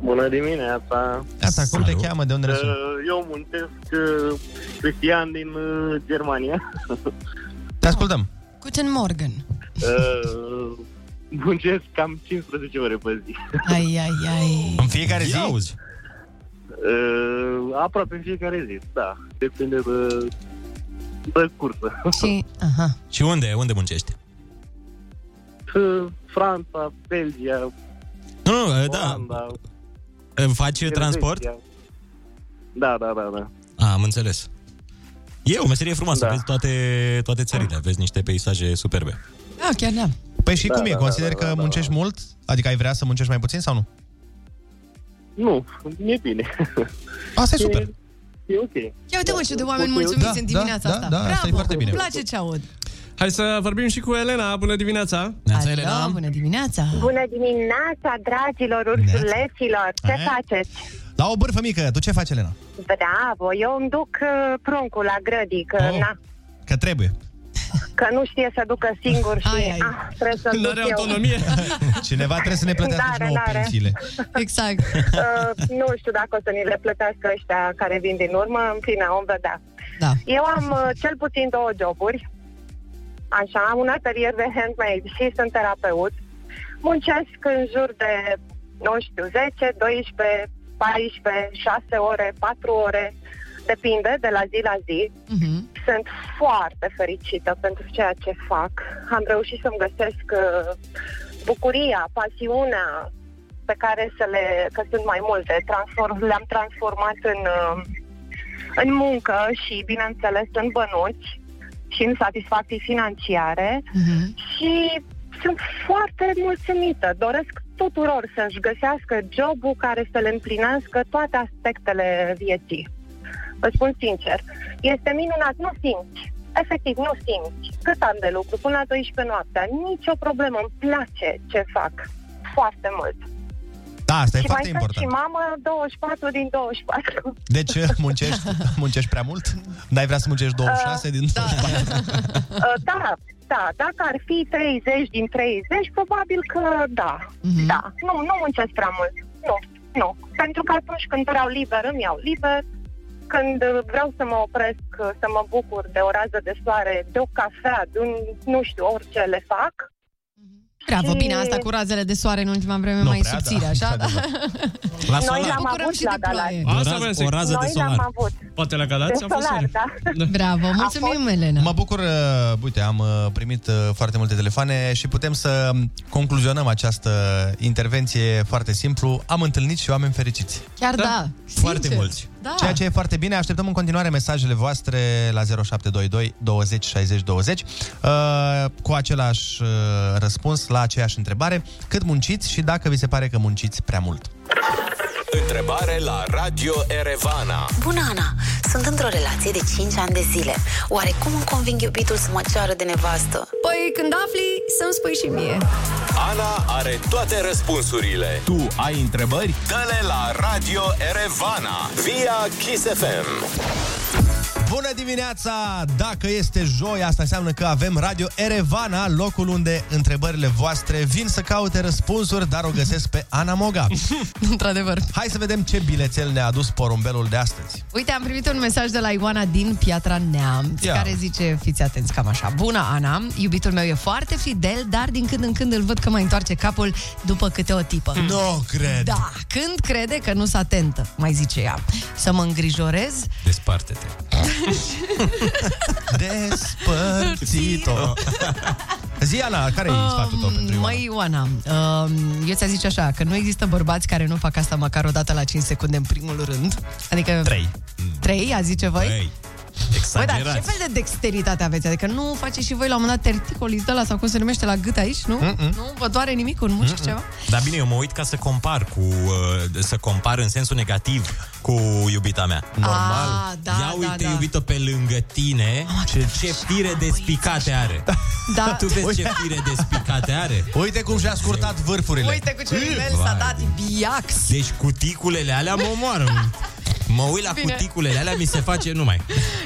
Bună dimineața!
Neața, cum te cheamă? De unde ne
Uh,
suni?
Eu muntesc uh, Cristian din uh, Germania.
Te ascultăm.
Guten Morgen!
Uh, Muncesc cam 15 ore pe zi.
Ai, ai, ai!
În fiecare zi?
Auzi.
Uh, Aproape în fiecare zi, da. Depinde de, de cursă.
Și, aha.
Și unde, unde muncești?
Uh, Franța, Belgia,
Nu, nu, da.
Olanda,
Îmi faci
Elveția.
transport?
Da, da, da, da.
A, am înțeles. E o meserie frumoasă, da. vezi toate, toate țările,
Ah.
vezi niște peisaje superbe.
Da, chiar da.
Păi și
Da,
cum e?
da,
Consideri
da, da,
că
da, da.
muncești mult? Adică ai vrea să muncești mai puțin sau nu?
Nu, e bine.
Asta e super.
E ok.
Ia uite mă ce de oameni mulțumiți
Da,
în dimineața
da,
asta.
da, da, asta e
Bravo!
foarte bine.
Îmi place ce aud.
Hai să vorbim și cu Elena. Bună dimineața!
Neața, Elena! Oh, Bună dimineața!
Bună dimineața, dragilor ursuleților! Ce
Eh?
faceți?
La o bârfă mică, tu ce faci, Elena?
Bravo! Eu îmi duc uh, pruncul la grădii, că,
Oh.
na,
Că trebuie.
că nu știe să ducă singur și ai, ai. Ah, trebuie să duc eu. Da,
Cineva trebuie să ne plătească
N-are,
și nouă
n-are.
pensiile.
Exact.
Uh, nu știu dacă o să ni le plătească ăștia care vin din urmă, în fine, om vedea.
Da.
Eu am uh, cel puțin două joburi. Așa, am un atelier de handmade și sunt terapeut. Muncesc în jur de, nu știu, 10, 12, 14, 6 ore, 4 ore. Depinde de la zi la zi.
Mhm.
Sunt foarte fericită pentru ceea ce fac. Am reușit să-mi găsesc uh, bucuria, pasiunea pe care să le, că sunt mai multe, transform, le-am transformat în, uh, în muncă și, bineînțeles, în bănuți și în satisfacții financiare și sunt foarte mulțumită. Doresc tuturor să-și găsească jobul care să le împlinească toate aspectele vieții. Vă spun sincer, este minunat, nu simți. Efectiv, nu simți. Cât am de lucru până la 12 noaptea, nicio problemă, îmi place ce fac foarte mult.
Da, asta e
și mai
foarte
sunt
important.
și mamă 24 din 24.
Deci muncești, muncești prea mult? N-ai vrea să muncești 26 din
da.
24?
Uh, da, da, dacă ar fi 30 din 30, probabil că da. Da, nu, nu muncesc prea mult. Nu, nu. Pentru că atunci când vreau liber, îmi iau liber. Când uh, vreau să mă opresc, uh, să mă bucur de o rază de soare, de o cafea, de un, nu știu, orice le fac.
Bravo,
Și-
bine, asta cu razele de soare în ultima vreme
Nu
mai
prea,
subțire,
da,
așa? Da.
La
Noi
solar.
l-am
Bucurăm
avut
și
la
de ploaie.
O rază- o rază de
Noi
solar.
l-am avut.
Poate la
de solar, da.
Bravo, mulțumim, Elena.
Mă bucur, uh, uite, am uh, primit uh, foarte multe telefoane și putem să um, concluzionăm această intervenție foarte simplu. Am întâlnit și oameni fericiți.
Chiar da, da.
Foarte
sincer.
mulți.
Da.
Ceea ce e foarte bine. Așteptăm în continuare mesajele voastre la 0722 20 60 20 uh, cu același uh, răspuns la aceeași întrebare. Cât munciți și dacă vi se pare că munciți prea mult.
Întrebare la Radio Erevana.
Bună, Ana! Sunt într-o relație de 5 ani de zile. Oare cum îmi conving iubitul să mă ceară de nevastă?
Păi când afli, să-mi spui și mie.
Ana are toate răspunsurile. Tu ai întrebări? Dă-le la Radio Erevana via Kiss FM.
Bună dimineața! Dacă este joi, asta înseamnă că avem Radio Erevana, locul unde întrebările voastre vin să caute răspunsuri, dar o găsesc pe Ana Moga.
Într-adevăr.
Hai să vedem ce bilețel ne-a adus porumbelul de astăzi.
Uite, am primit un mesaj de la Ioana din Piatra Neamț,
Ia.
care zice, fiți atenți cam așa. Bună, Ana, iubitul meu e foarte fidel, dar din când în când îl văd că mai întoarce capul după câte o tipă.
Nu cred.
Da, când crede că nu s atentă, mai zice ea. Să mă îngrijorez,
Desparte-te.
Despărțit-o. Zi, Ana, care
Oh,
e sfatul tău pentru Ioana?
Mm, Măi, Ioana, um, eu ți-a zice așa, că nu există bărbați care nu fac asta măcar o dată la 5 secunde în primul rând. Adică...
Trei.
Trei, a zice voi?
Ei,
Băi, dar ce
exagerați.
fel de dexteritate aveți? Adică nu faceți și voi la un moment dat terticolis de ăla sau cum se numește la gât aici, nu?
Mm-mm.
Nu vă doare nimic un mușchi
Mm-mm.
ceva?
Dar bine, eu mă uit ca să compar cu... uh, Să compar în sensul negativ cu iubita mea.
Normal. da,
Ia uite
da, da.
iubito pe lângă tine ce, ce fire despicate are.
Da.
Tu vezi ce fire despicate are?
Uite cum și-a scurtat vârfurile.
Uite cu ce nivel s-a dat biax.
Deci cuticulele alea mă omoară. Mă uit la
Bine.
cuticulele alea, mi se face numai.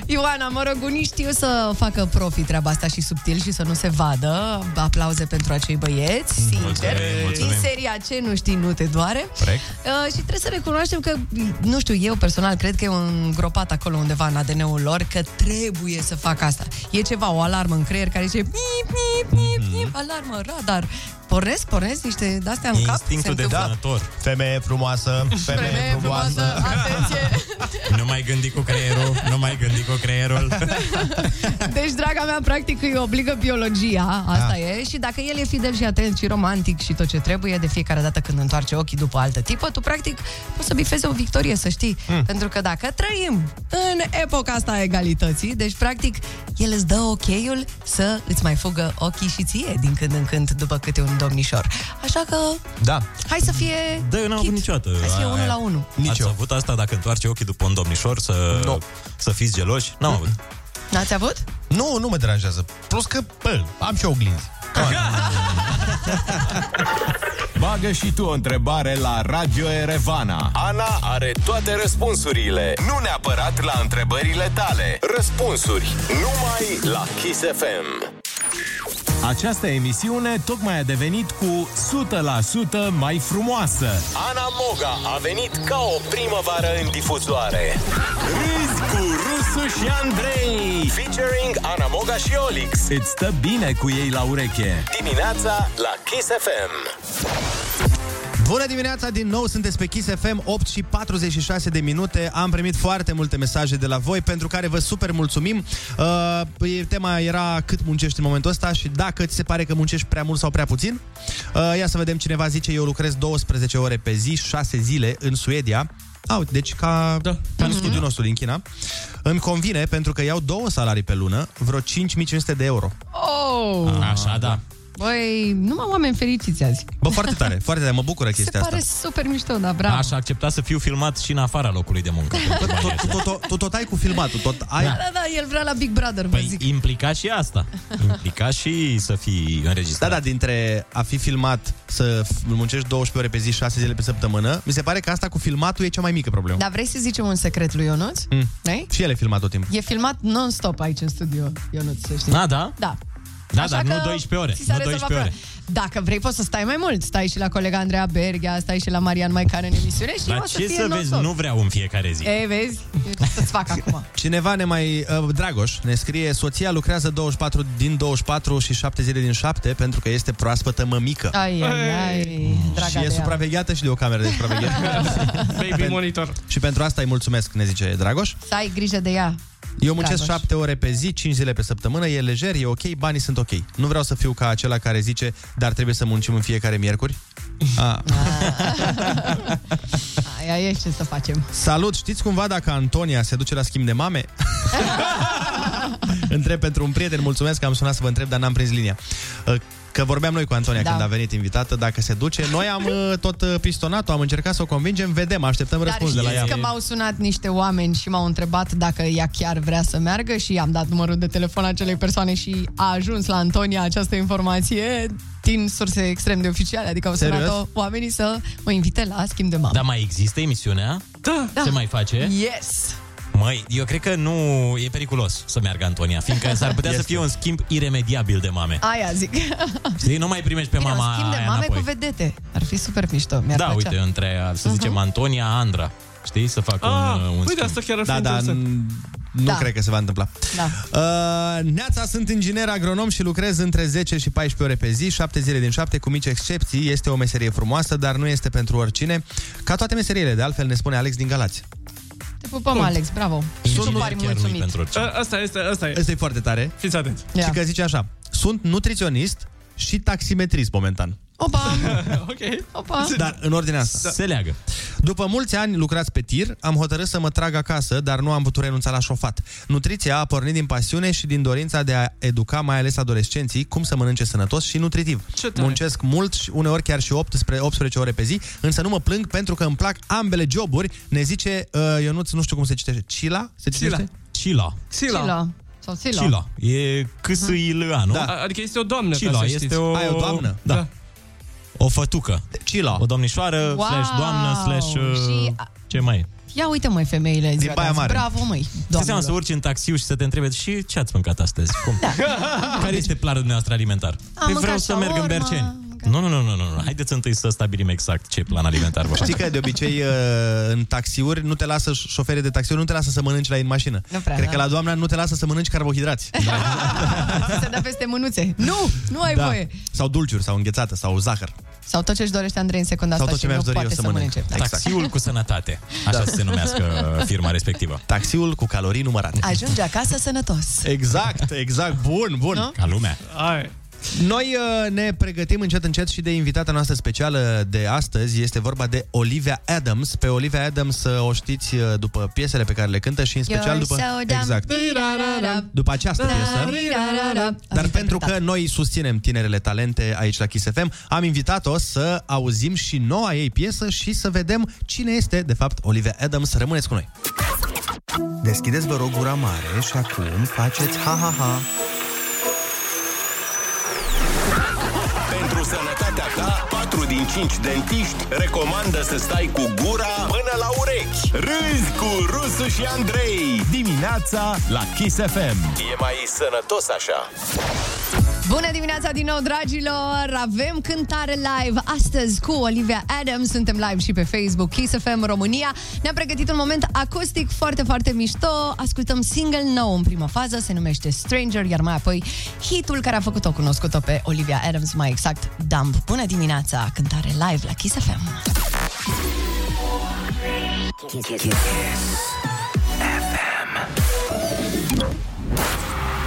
Ioana, mă rog, unii știu să facă profi treaba asta și subtil și să nu se vadă. Aplauze pentru acei băieți, sincer.
Mulțumim, mulțumim.
Din seria ce nu știi, nu te doare.
Corect.
Uh, și trebuie să recunoaștem că, nu știu, eu personal cred că e un gropat acolo undeva în ADN-ul lor că trebuie să facă asta. E ceva, o alarmă în creier care zice pip, pip, pip, pip,
Mhm.
alarmă, radar. Pornesc, pornesc niște de-astea în cap. se întâmplă.
vânător.
Da. Femeie frumoasă, femeie,
Femeie frumoasă, atenție!
Nu mai gândi cu creierul, nu mai gândi cu creierul.
Deci, draga mea, practic îi obligă biologia, asta
Da.
e, și dacă el e fidel și atent și romantic și tot ce trebuie, de fiecare dată când întoarce ochii după altă tipă, tu practic poți să bifezi o victorie, să știi.
Mm.
Pentru că dacă trăim în epoca asta a egalității, deci practic el îți dă ok-ul să îți mai fugă ochii și ție din când în când după câte un domnișor. Așa că
Da.
hai să fie...
Da, eu n-am avut niciodată.
Hai să fie
Aia-
unul la unul.
Nici Ați avut asta dacă întoarce ochii după un domnișor să, să fiți geloși? N-am avut.
N-ați avut?
Nu, nu mă deranjează. Plus că, bă, am și oglinzi.
Bagă și tu o întrebare la Radio Erevana.
Ana are toate răspunsurile, nu neapărat la întrebările tale. Răspunsuri numai la Kiss FM.
Această emisiune tocmai a devenit cu 100% mai frumoasă.
Ana Moga a venit ca o primăvară în difuzoare. Râzi cu Rusu și Andrei. Featuring Ana Moga și Olix.
Îți stă bine cu ei la ureche.
Dimineața la Kiss FM.
Bună dimineața, din nou sunteți pe Kiss FM, 8 și 46 de minute. Am primit foarte multe mesaje de la voi, pentru care vă super mulțumim. Uh, e- tema era cât muncești în momentul ăsta și dacă ți se pare că muncești prea mult sau prea puțin. Uh, ia să vedem, cineva zice, eu lucrez 12 ore pe zi, 6 zile în Suedia. Au, deci ca, da. ca în studiul nostru din China. Îmi convine pentru că iau două salarii pe lună, vreo 5500 de euro.
Oh!
Așa, da.
Băi, numai oameni fericiți azi.
Bă, foarte tare, foarte tare, mă bucură
Se
chestia
pare
asta.
super mișto, da, bravo.
Aș accepta să fiu filmat și în afara locului de muncă.
Tu tot, tot, tot, tot ai cu filmatul, tot ai...
Da, da, da, el vrea la Big Brother, vă zic.
Păi implica și asta. Implica și să fii înregistrat.
Da, da, dintre a fi filmat să f- muncești 12 ore pe zi, 6 zile pe săptămână, mi se pare că asta cu filmatul e cea mai mică problemă.
Dar vrei să zicem un secret lui Ionuț?
Mm.
Vrei?
Și el e filmat tot timpul.
E filmat non-stop aici în studio, Ionuț, să știi.
Da, da?
Da.
Da,
Așa
dar nu
că
12 ore,
ți s-a
nu
rezolvat
12 ore.
problema. Dacă vrei, poți să stai mai mult. Stai și la colega Andreea Berghea, stai și la Marian Maican în emisiune și
Dar
o să
ce
fie
să vezi?
non-stop.
Nu vreau în fiecare zi.
Ei, vezi? Eu ce să-ți fac acum?
Cineva ne mai... Uh, Dragoș ne scrie Soția lucrează 24 din 24 și 7 zile din 7 pentru că este proaspătă mămică.
Ai, ai, ai, draga
și
de
e
ea.
supravegheată și de o cameră de supraveghere. Baby
monitor.
Și pentru asta îi mulțumesc, ne zice Dragoș.
Să ai grijă de ea.
Eu muncesc
Dragoș.
7 ore pe zi, 5 zile pe săptămână, e lejer, e ok, banii sunt ok. Nu vreau să fiu ca acela care zice, dar trebuie să muncim în fiecare miercuri. A.
Da. Aia e ce să facem.
Salut, știți cumva dacă Antonia se duce la schimb de mame? întreb pentru un prieten, mulțumesc că am sunat să vă întreb, dar n-am prins linia. Că vorbeam noi cu Antonia
Da.
da. când a venit invitată, dacă se duce. Noi am uh, tot uh, pistonat-o, am încercat să o convingem, vedem, așteptăm
Dar
răspuns de la ea.
știți că m-au sunat niște oameni și m-au întrebat dacă ea chiar vrea să meargă și am dat numărul de telefon acelei persoane și a ajuns la Antonia această informație din surse extrem de oficiale, adică au
Serios? Da,
sunat-o oamenii să mă invite la schimb de mamă.
Dar mai există emisiunea? Da. Se mai face?
Yes!
Măi, eu cred că nu e periculos să meargă Antonia, fiindcă s-ar putea să
Este.
fie un schimb iremediabil de mame.
Aia zic.
Știi, nu mai primești pe
Bine, un
mama
schimb de
aia
mame
înapoi.
cu vedete. Ar fi super mișto. Mi-ar
Da,
plăcea. Mhm.
uite, între, să zicem, Antonia, Andra. Știi, să facă
Ah,
un, un
uite,
schimb.
asta chiar ar fi
Da, da,
interesant.
n- nu
Da.
cred că se va întâmpla.
Da.
Uh, Neața, sunt inginer agronom și lucrez între 10 și 14 ore pe zi, 7 zile din 7, cu mici excepții. Este o meserie frumoasă, dar nu este pentru oricine. Ca toate meseriile, de altfel ne spune Alex din Galați.
Te pupăm,
Bun.
Alex, bravo. Super mulțumit.
A, asta este, asta e.
Asta e foarte tare.
Fiți atenți.
Și că zice așa, sunt nutriționist și taximetrist momentan.
Opa!
ok.
Opa!
Dar în ordinea asta.
Se leagă.
După mulți ani lucrați pe tir, am hotărât să mă trag acasă, dar nu am putut renunța la șofat. Nutriția a pornit din pasiune și din dorința de a educa mai ales adolescenții cum să mănânce sănătos și nutritiv.
Ce tare.
Muncesc mult și uneori chiar și 18, 18 ore pe zi, însă nu mă plâng pentru că îmi plac ambele joburi, ne zice uh, Ionuț, nu știu cum se citește, Cila? Se
Cila.
citește?
Cila.
Cila. Sau Cila.
E câsâilă, nu?
Da.
A- Adică este o doamnă,
Cila,
ca să
este
știți.
o...
Ai, o doamnă?
Da. o fătucă.
Cila.
O domnișoară,
Wow!
slash doamnă, slash...
Și-
Și... Ce mai e?
Ia uite, măi, femeile în ziua de azi. Bravo, măi,
Știi seama să
doamnelor.
urci în taxiu și să te întrebe și ce ați mâncat astăzi? Cum? Da. Care este planul dumneavoastră alimentar? Păi
mâncat
vreau să
shawarma,
merg în Berceni. Nu, nu, nu, nu, nu, nu. Haideți întâi să stabilim exact ce plan alimentar vă
Știi că de obicei uh, în taxiuri nu te lasă șoferii de taxiuri, nu te lasă să mănânci la ei în mașină.
Nu prea,
Cred
da.
că la doamna nu te lasă să mănânci carbohidrați.
Ți Se dă peste mânuțe. Nu, nu
Da.
ai voie.
Sau dulciuri, sau înghețată, sau zahăr.
Sau tot ce-și dorește Andrei în secunda
Sau
asta
tot ce
și
mi-aș
nu
dori eu
poate
să
să
mănânc. Exact.
mănânce. Da.
Taxiul cu sănătate. Așa se numească firma respectivă.
Da. Taxiul cu calorii numărate.
Ajunge acasă sănătos.
Exact, exact. Bun, bun.
Nu?
Ca lumea.
Ai.
Noi uh, ne pregătim încet încet și de invitata noastră specială de astăzi. Este vorba de Olivia Adams. Pe Olivia Adams uh, o știți uh, după piesele pe care le cântă și în special
You're
după
so dumb.
exact. După această piesă. Dar pentru că noi susținem tinerele talente aici la Kiss FM, am invitat-o să auzim și noua ei piesă și să vedem cine este, de fapt, Olivia Adams. Rămâneți cu noi!
Deschideți, vă rog, gura mare și acum faceți ha-ha-ha.
Pentru sănătatea ta, 4 din 5 dentiști recomandă să stai cu gura până la urechi. Râzi cu Rusu și Andrei.
Dimineața la Kiss FM.
E mai sănătos așa.
Bună dimineața din nou, dragilor! Avem cântare live astăzi cu Olivia Adams. Suntem live și pe Facebook Kiss FM România. Ne-am pregătit un moment acustic foarte, foarte mișto. Ascultăm single nou în prima fază, se numește Stranger, iar mai apoi hitul care a făcut-o cunoscută pe Olivia Adams, mai exact Dump. Bună dimineața! Cântare live la Kiss FM.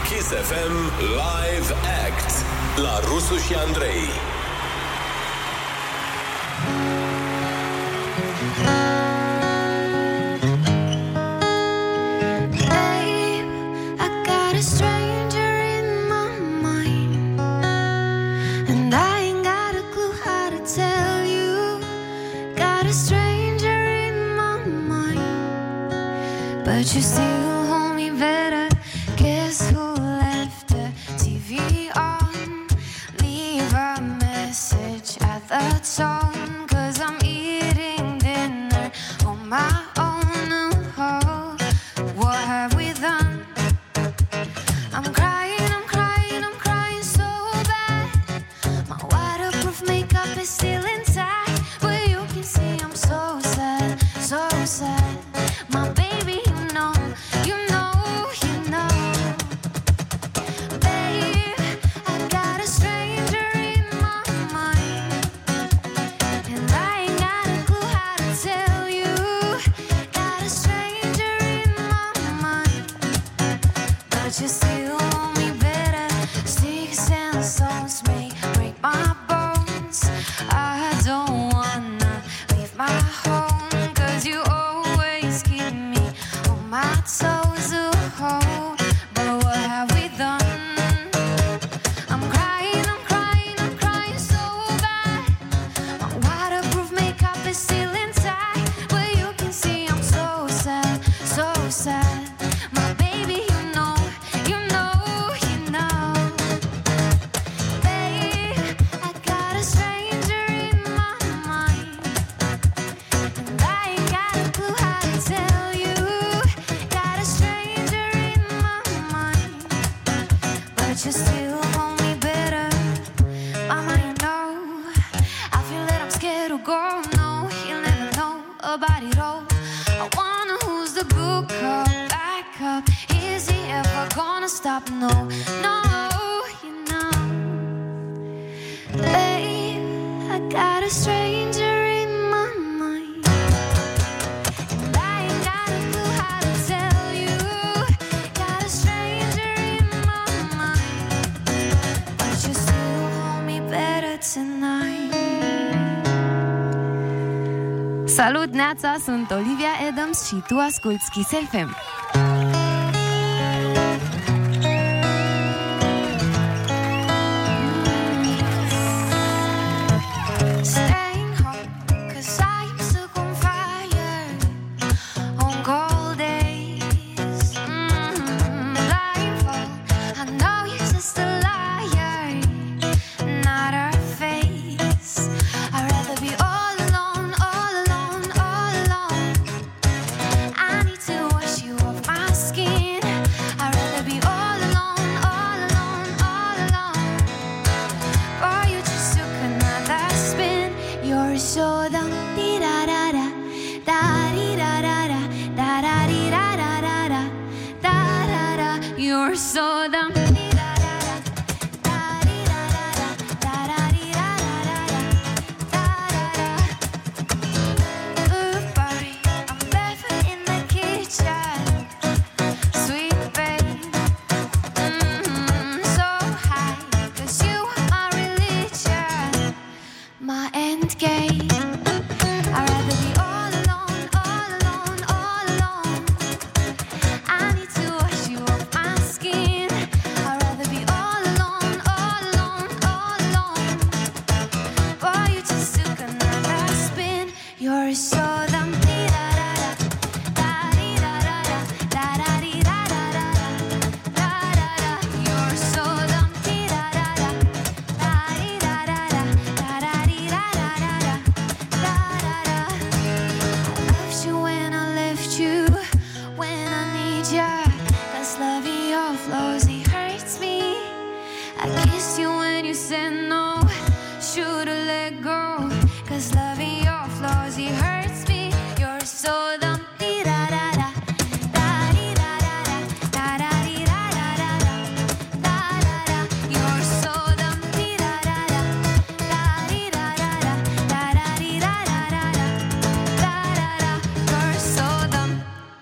Kiss FM Live Act la Rusu și Andrei.
Babe, I got a stranger in my mind, and I ain't got a clue how to tell you. Got a stranger in my mind, but you still hold me better. Guess who left the TV on? Leave a message at the tone, cause I'm eating dinner on my own. Oh, what have we done? I'm crying, I'm crying, I'm crying so bad. My waterproof makeup is still intact, but you can see I'm so sad, so sad. My baby, you know, you know, you know. Babe, I got a stranger in my mind, and I ain't got a clue how to tell you. Got a stranger in my mind, but you still want me better. Sticks and stones may break my bones. I don't wanna leave my home, 'cause you always keep me on my toes. Oh, but what have we done? I'm crying, I'm crying, I'm crying so bad. My waterproof makeup is still intact, but you can see I'm so sad, so sad. My baby, you know, you know, you know. Babe, I got a stranger in my mind, and I ain't got a clue how to tell you. Got a stranger in my mind, but you still hold me better, Mama, you know. I feel that I'm scared to go. No, he'll never know about it all. I wonder who's the book up, back up. Is he ever gonna stop? No, no, you know. Babe, I got a stranger in my mind. And I ain't got a clue how to tell you. Got a stranger in my mind. But you still hold me better tonight. Salut, Neața, sunt Olivia Adams și tu asculti Kiss FM. Staying home, 'cause I'm stuck on fire on cold days. Mm, blindfold, I know you're just a liar, not her face. mm-hmm,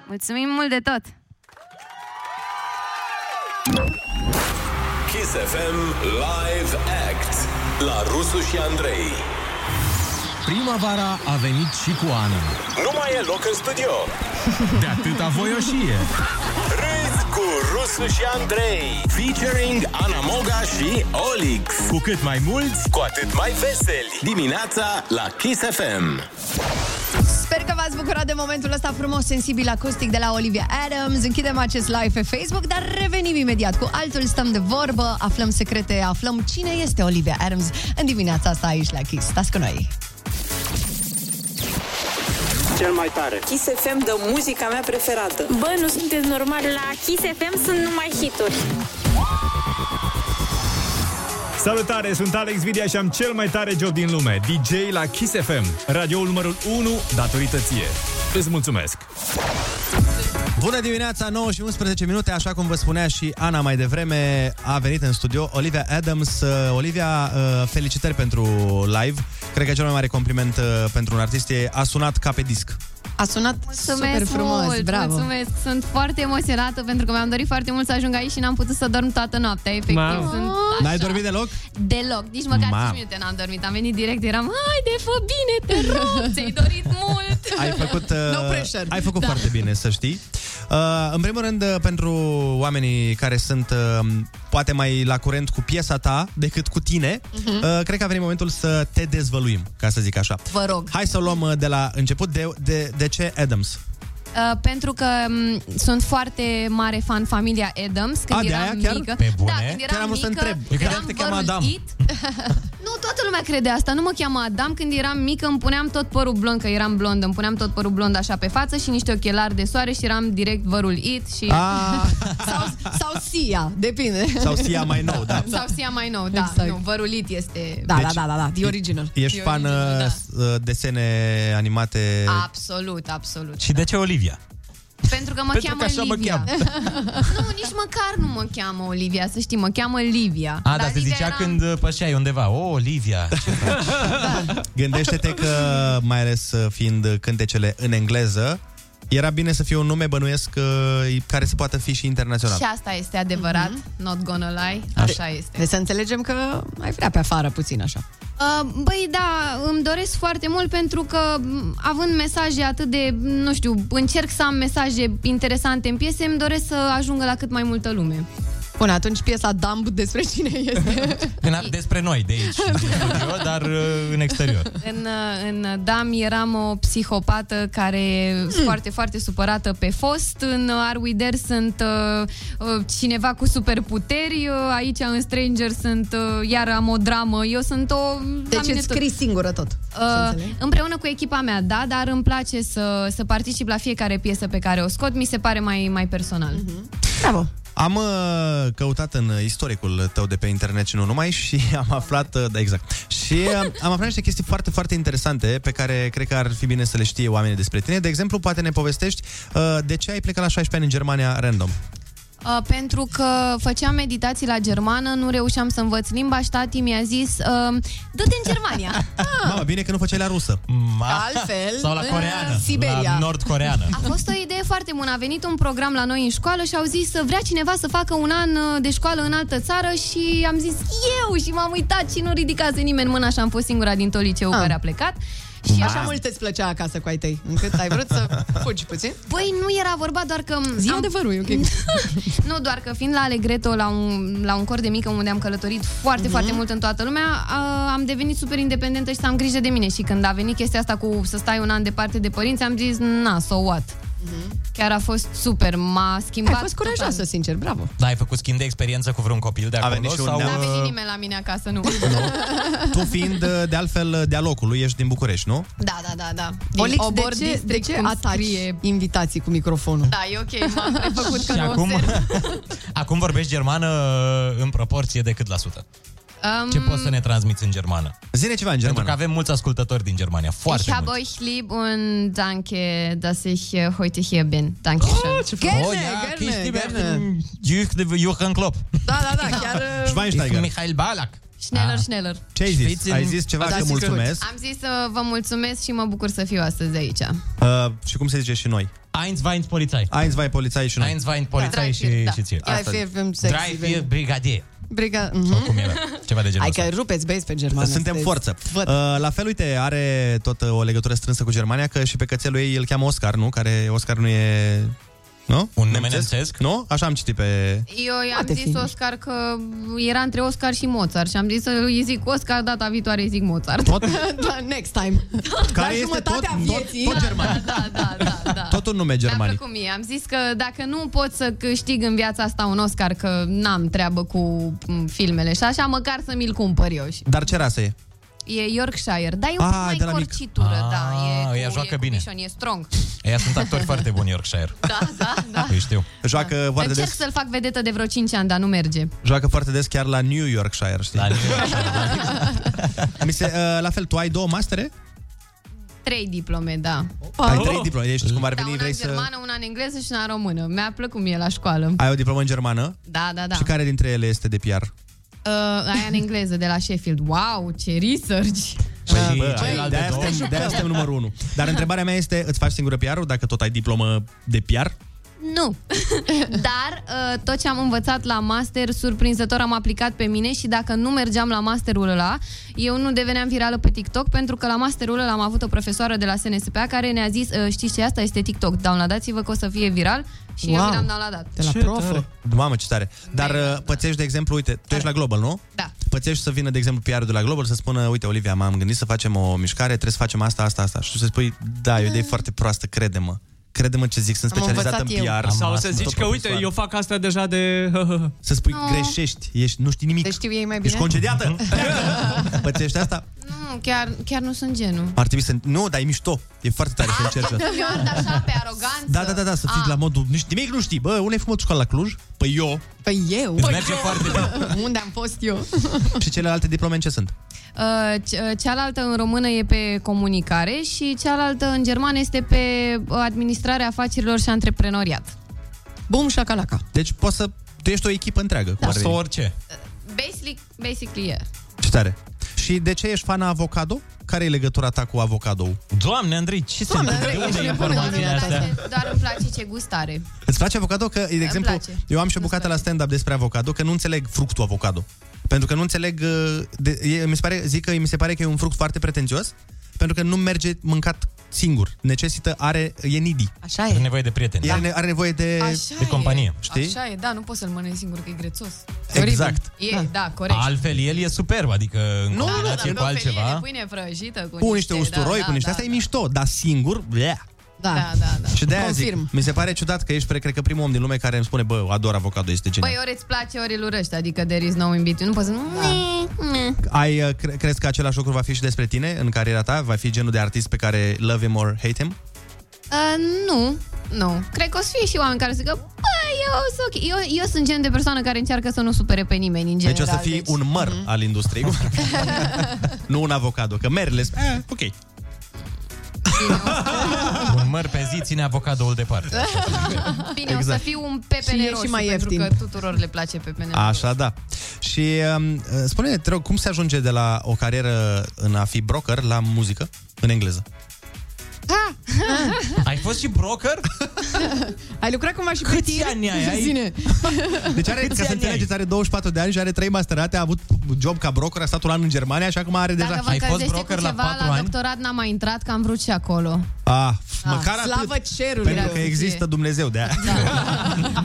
Mulțumim mult de tot!
Kiss FM Live Act la Rusu și Andrei.
Primăvara a venit și cu Ana.
Nu mai e loc în studio.
De atâta voioșie.
Râzi cu Rusu și Andrei. Featuring Ana Moga și Olix.
Cu cât mai mulți,
cu atât mai veseli. Dimineața la Kiss FM.
Sper că v-ați bucurat de momentul ăsta frumos, sensibil, acustic de la Olivia Adams. Închidem acest live pe Facebook, dar revenim imediat cu altul. Stăm de vorbă, aflăm secrete, aflăm cine este Olivia Adams în dimineața asta aici la Kiss. Stați cu noi!
Cel mai tare. Kiss FM dă muzica mea preferată.
Bă, nu sunteți normal, la Kiss FM sunt numai hituri.
Salutare, sunt Alex Vidia și am cel mai tare job din lume, DJ la Kiss FM, radioul numărul 1 datorită ție. Îți mulțumesc!
Bună dimineața, 9 și 11 minute, așa cum vă spunea și Ana mai devreme, a venit în studio Olivia Adams. Uh, Olivia, uh, felicitări pentru live. Cred că cel mai mare compliment uh, pentru un artist e a sunat ca pe disc.
A sunat
Mulțumesc
super frumos,
mult,
bravo!
mulțumesc. Sunt foarte emoționată pentru că mi-am dorit foarte mult să ajung aici și n-am putut să dorm toată noaptea, efectiv.
Mamă.
Sunt
N-ai dormit deloc?
deloc, nici măcar
Mamă.
5 minute n-am dormit. Am venit direct, eram, haide, fă bine, te rog, ți-ai dorit mult.
Ai făcut, uh, ai făcut
da.
foarte bine, să știi. Uh, în primul rând, uh, pentru oamenii care sunt uh, poate mai la curent cu piesa ta decât cu tine,
Mhm.
uh, cred că a venit momentul să te dezvăluim, ca să zic așa.
Vă rog!
Hai să o luăm uh, de la început. De, de, de ce Adams?
Uh, pentru că m, sunt foarte mare fan familia Adams când
A, Ah, de
eram
aia chiar?
mică.
Pe bune?
Da, când eram
Chiar am vrut să
mică,
întreb. Eu credeam
eram
că te cheamă
părul
Adam.
It. nu, toată lumea crede asta. Nu mă cheamă Adam. Când eram mică îmi puneam tot părul blond, că eram blond, îmi puneam tot părul blond așa pe față și niște ochelari de soare și eram direct vărul It și...
Ah.
Sau Sia, depinde.
Sau Sia mai nou, da. Deci,
Sau Sia mai nou, da.
Exact.
Nu, vărul It este... Deci-
Da, da, da, da, da, e original.
Ești
E
fan
original, da.
uh, s- uh, desene animate...
Absolut, absolut.
de ce Olivia?
Pentru că mă
Pentru
cheamă
că așa mă
Livia. nu, nici măcar nu mă cheamă Olivia, să știi, mă cheamă Livia.
A, dar se
Livia
zicea
era-
când uh, pășeai undeva. O, Olivia!
Gândește-te că, mai ales uh, fiind cântecele în engleză, era bine să fie un nume bănuiesc uh, care să poată fi și internațional.
Și asta este adevărat, mm-hmm. not gonna lie,
Așa.
așa Da, este.
Deci să înțelegem că ai vrea pe afară puțin așa.
Uh, băi, da, îmi doresc foarte mult pentru că m, având mesaje atât de, nu știu, încerc să am mesaje interesante în piese, îmi doresc să ajungă la cât mai multă lume.
Bun, atunci piesa Dumb despre cine este?
În- Despre noi de aici, din studio, dar uh, în exterior.
În, uh, în Dam eram o psihopată care mm. foarte, foarte supărată pe fost. În uh, Are We There sunt uh, uh, cineva cu superputeri. Uh, Aici în Stranger sunt uh, iar am o dramă. Eu sunt o... la
Deci
mine
îți scrii singură tot.
Uh, împreună cu echipa mea, da, dar îmi place să, să particip la fiecare piesă pe care o scot, mi se pare mai, mai personal. Mm-hmm.
Mhm. Bravo!
Am uh, căutat în uh, istoricul tău de pe internet și nu numai și am aflat, uh, da, exact, și uh, am aflat niște chestii foarte, foarte interesante pe care cred că ar fi bine să le știe oamenii despre tine. De exemplu, poate ne povestești uh, de ce ai plecat la 16 ani în Germania random.
Uh, pentru că făceam meditații la germană, nu reușeam să învăț limba și tati mi-a zis uh, du-te în Germania.
Ah. Mama, bine că nu făceai la rusă.
Altfel,
Sau la
în
coreană.
Siberia.
La nord-coreană.
A fost o idee foarte bună. A venit un program la noi în școală și au zis să vrea cineva să facă un an uh, de școală în altă țară și am zis eu și m-am uitat și nu ridicase nimeni mâna și am fost singura din tot liceul care a plecat. Și
Și așa mult îți plăcea acasă cu ai tăi, încât ai vrut să fugi puțin.
Băi, Păi, nu era vorba doar că...
Zi
am-
adevărul, e ok.
nu, doar că fiind la Alegreto, la un, la un cor de mică unde am călătorit
Mhm.
foarte, mm-hmm. foarte mult în toată lumea, a, am devenit super independentă și să am grijă de mine. Și când a venit chestia asta cu să stai un an departe de părinți, am zis, na, so what? Chiar a fost super, m-a schimbat.
Mhm. Ai fost curajoasă, sincer, bravo.
Da, ai făcut schimb de experiență cu vreun copil de acolo?
venit și un
sau... uh,
neam.
N-a venit nimeni la mine acasă, nu. nu.
Tu fiind, uh, de altfel, de-a locului, ești din București, nu?
Da, da, da, da. Din
Olix,
obor
de ce, de
district,
ce
cum
ataci
scrie.
invitații cu microfonul?
Da, e ok, m-am prefăcut că
Și
nu
acum,
o să...
acum vorbești germană uh, în proporție de cât la sută?
Um,
Ce poți să ne transmiți în germană?
Zine ceva în
germană. Pentru că avem mulți ascultători din Germania, foarte
ich
mulți.
habe euch lieb und danke, dass ich äh, heute hier bin. Dankeschön. Oh,
Oh, ja, Kiss lieber den Jürgen Klopp.
Da, da, da, chiar...
uh,
Schweinsteiger. Michael Balak.
Schneller, ah. schneller.
Ce ai zis? Ai zis ceva că mulțumesc.
Am zis să vă mulțumesc și mă bucur să fiu astăzi aici.
Uh, și cum se zice și noi?
Eins Wein Polizei.
Eins Wein Polizei și noi.
Eins Wein Polizei și, și ție.
Drive
Asta-
Fear Film Sex
Drive
Event.
Brigadier.
Briga...
mhm.
Sau cum era, ceva de genul
Hai
ăsta.
că rupeți băieți pe germană.
Suntem
sunteți-
forță. Uh,
Văd.
la fel, uite, are tot uh, o legătură strânsă cu Germania, că și pe cățelul ei îl cheamă Oscar, nu? Care Oscar nu e... Nu? Un nume nemțesc? Nu? Așa am citit pe...
Eu i-am zis Oscar că era între Oscar și Mozart și am zis să îi zic Oscar, data viitoare îi zic Mozart.
Tot-
Da, Next time.
Care este
jumătatea vieții.
tot german. Da, da, da. da.
Tot un nume
Mi-a
germanic.
plăcut mie. Am zis că dacă nu pot să câștig în viața asta un Oscar, că n-am treabă cu m, filmele și așa, măcar să mi-l cumpăr eu. Și-
Dar ce rasă e?
E Yorkshire, dar e un
Ah,
pic mai
de la mic.
corcitură, da.
Ah,
E,
ea joacă
e
bine.
Mișon, e strong.
Ea sunt actori foarte buni Yorkshire.
Da, da, da.
Eu știu.
Joacă foarte
Încerc
des,
să-l fac vedetă de vreo 5 ani, dar nu merge.
joacă foarte des chiar la New Yorkshire, știi? La New
da.
Yorkshire, Mi se, uh, la fel, tu ai două mastere?
Trei diplome, da.
Ai trei diplome, ești cum ar veni, vrei să...
Germană, una în engleză și una în română. Mi-a plăcut mie la școală.
Ai o diplomă în germană?
Da, da, da.
Și care dintre ele este de PR?
Uh, aia în engleză, de la Sheffield. Wow, ce research!
Păi,
bă,
bă,
celelalte
de-aia
două.
suntem, de-aia suntem numărul 1. Dar întrebarea mea este, îți faci singură PR-ul dacă tot ai diplomă de PR?
Nu. Dar uh, tot ce am învățat la master, surprinzător am aplicat pe mine și dacă nu mergeam la masterul ăla, eu nu deveneam virală pe TikTok pentru că la masterul ăla am avut o profesoară de la SNSPA care ne-a zis, "Uh, știți ce, asta este TikTok, downloadați-vă că o să fie viral și wow. eu
Wow.
mi l-am downloadat.
Mamă, ce tare. Dar uh, pățești, de exemplu, uite, tu ești la Global, nu?
Da.
Pățești să vină, de exemplu, PR-ul de la Global să spună, uite, Olivia, m-am gândit să facem o mișcare, trebuie să facem asta, asta, asta. Și tu să spui, da, e o idee foarte proastă, crede-mă. Crede-mă ce zic, sunt
Am
specializat în
învățat eu.
PR.
Sau să
Sunt
zici
tot păi,
că, uite,
profesoară.
eu fac asta deja de...
Să spui,
Oh.
Păi greșești, ești, nu știi nimic.
Deci știu ei mai bine.
Ești concediată.
Mhm.
Pățești asta?
Nu, chiar, chiar nu sunt genul.
Ar trebui să... Nu, dar e mișto. E foarte tare să încerci asta.
Eu ard așa pe aroganță.
Da, da, da, da, să fii
Ah.
la modul, nu știi, nimic nu știi. Bă, unde ai făcut școala la Cluj? Păi eu.
Păi eu.
Îți merge foarte
bine. Unde am fost eu?
Și celelalte diplome în ce sunt?
Uh, ce- cealaltă în română e pe comunicare și cealaltă în germană este pe uh, administrarea afacerilor și antreprenoriat.
Bum șacalaca.
Deci poți să... Tu ești o echipă întreagă. Da.
Sau
orice.
Basically, basically e.
Ce tare. Și de ce ești fana avocado? Care e legătura ta cu avocado?
Doamne, Andrei, ce se
Doamne,
întâmplă? De
Andrei, ești
unde e
nebun,
informațiile
Andrei,
astea?
Doar îmi place ce gustare.
Îți place avocado? Că, de exemplu,
place.
eu am și o bucată la stand-up despre avocado, că nu înțeleg fructul avocado. Pentru că nu înțeleg... uh, De, e, mi se pare, zic că mi se pare că e un fruct foarte pretențios, pentru că nu merge mâncat singur. Necesită, are, e needy.
Așa
Are nevoie de prieteni.
E,
da?
are, are nevoie de,
Da. Așa
de
companie.
Știi?
Așa e, da, nu poți să-l mănânci singur că e grețos.
Exact.
E, da, corect.
Altfel, el e superb, adică în
da,
combinație
da, da,
cu
cu felie de
altceva.
pâine prăjită cu,
Cu niște usturoi,
da,
cu niște...
da,
Asta e mișto, dar singur, bleh.
Da.
da, da, da.
Și de aia zic,
Confirm.
mi se pare ciudat că ești, pre- cred că primul om din lume care îmi spune, bă, ador avocado, este genial.
Băi, ori îți place, ori îl urăști, adică there is no in between. Nu poți să... Da.
Ai, uh, cre- crezi că același lucru va fi și despre tine în cariera ta? Va fi genul de artist pe care love him or hate him?
Uh, nu, nu. Cred că o să fie și oameni care să zică, bă, eu sunt ok. Eu, eu sunt gen de persoană care încearcă să nu supere pe nimeni, în general. Mhm.
deci o să fii un măr al industriei. cum ar fi. nu un avocado, că merele... sp- Eh, ok.
Un măr pe zi ține avocadoul departe.
Bine, o să
Exact.
fiu un pepene
Și e
roșu,
și mai
pentru
ieftin.
că tuturor le place pepene roșu.
Așa, da. Și um, spune te rog, cum se ajunge de la o carieră în a fi broker la muzică în engleză?
Ai fost și broker?
Ai lucrat cumva și pe tine?
ani ai? Ai-
Zine.
Deci are, ca
ani
să
ai?
înțelegeți, are 24 de ani și are 3 masterate, a avut job ca broker, a stat un an în Germania și acum are deja...
Dacă vă încălzește cu ceva, la, doctorat n-am mai intrat, că am vrut și acolo.
Ah, măcar
Slavă
atât.
cerului.
Pentru că există Dumnezeu de aia.
Da.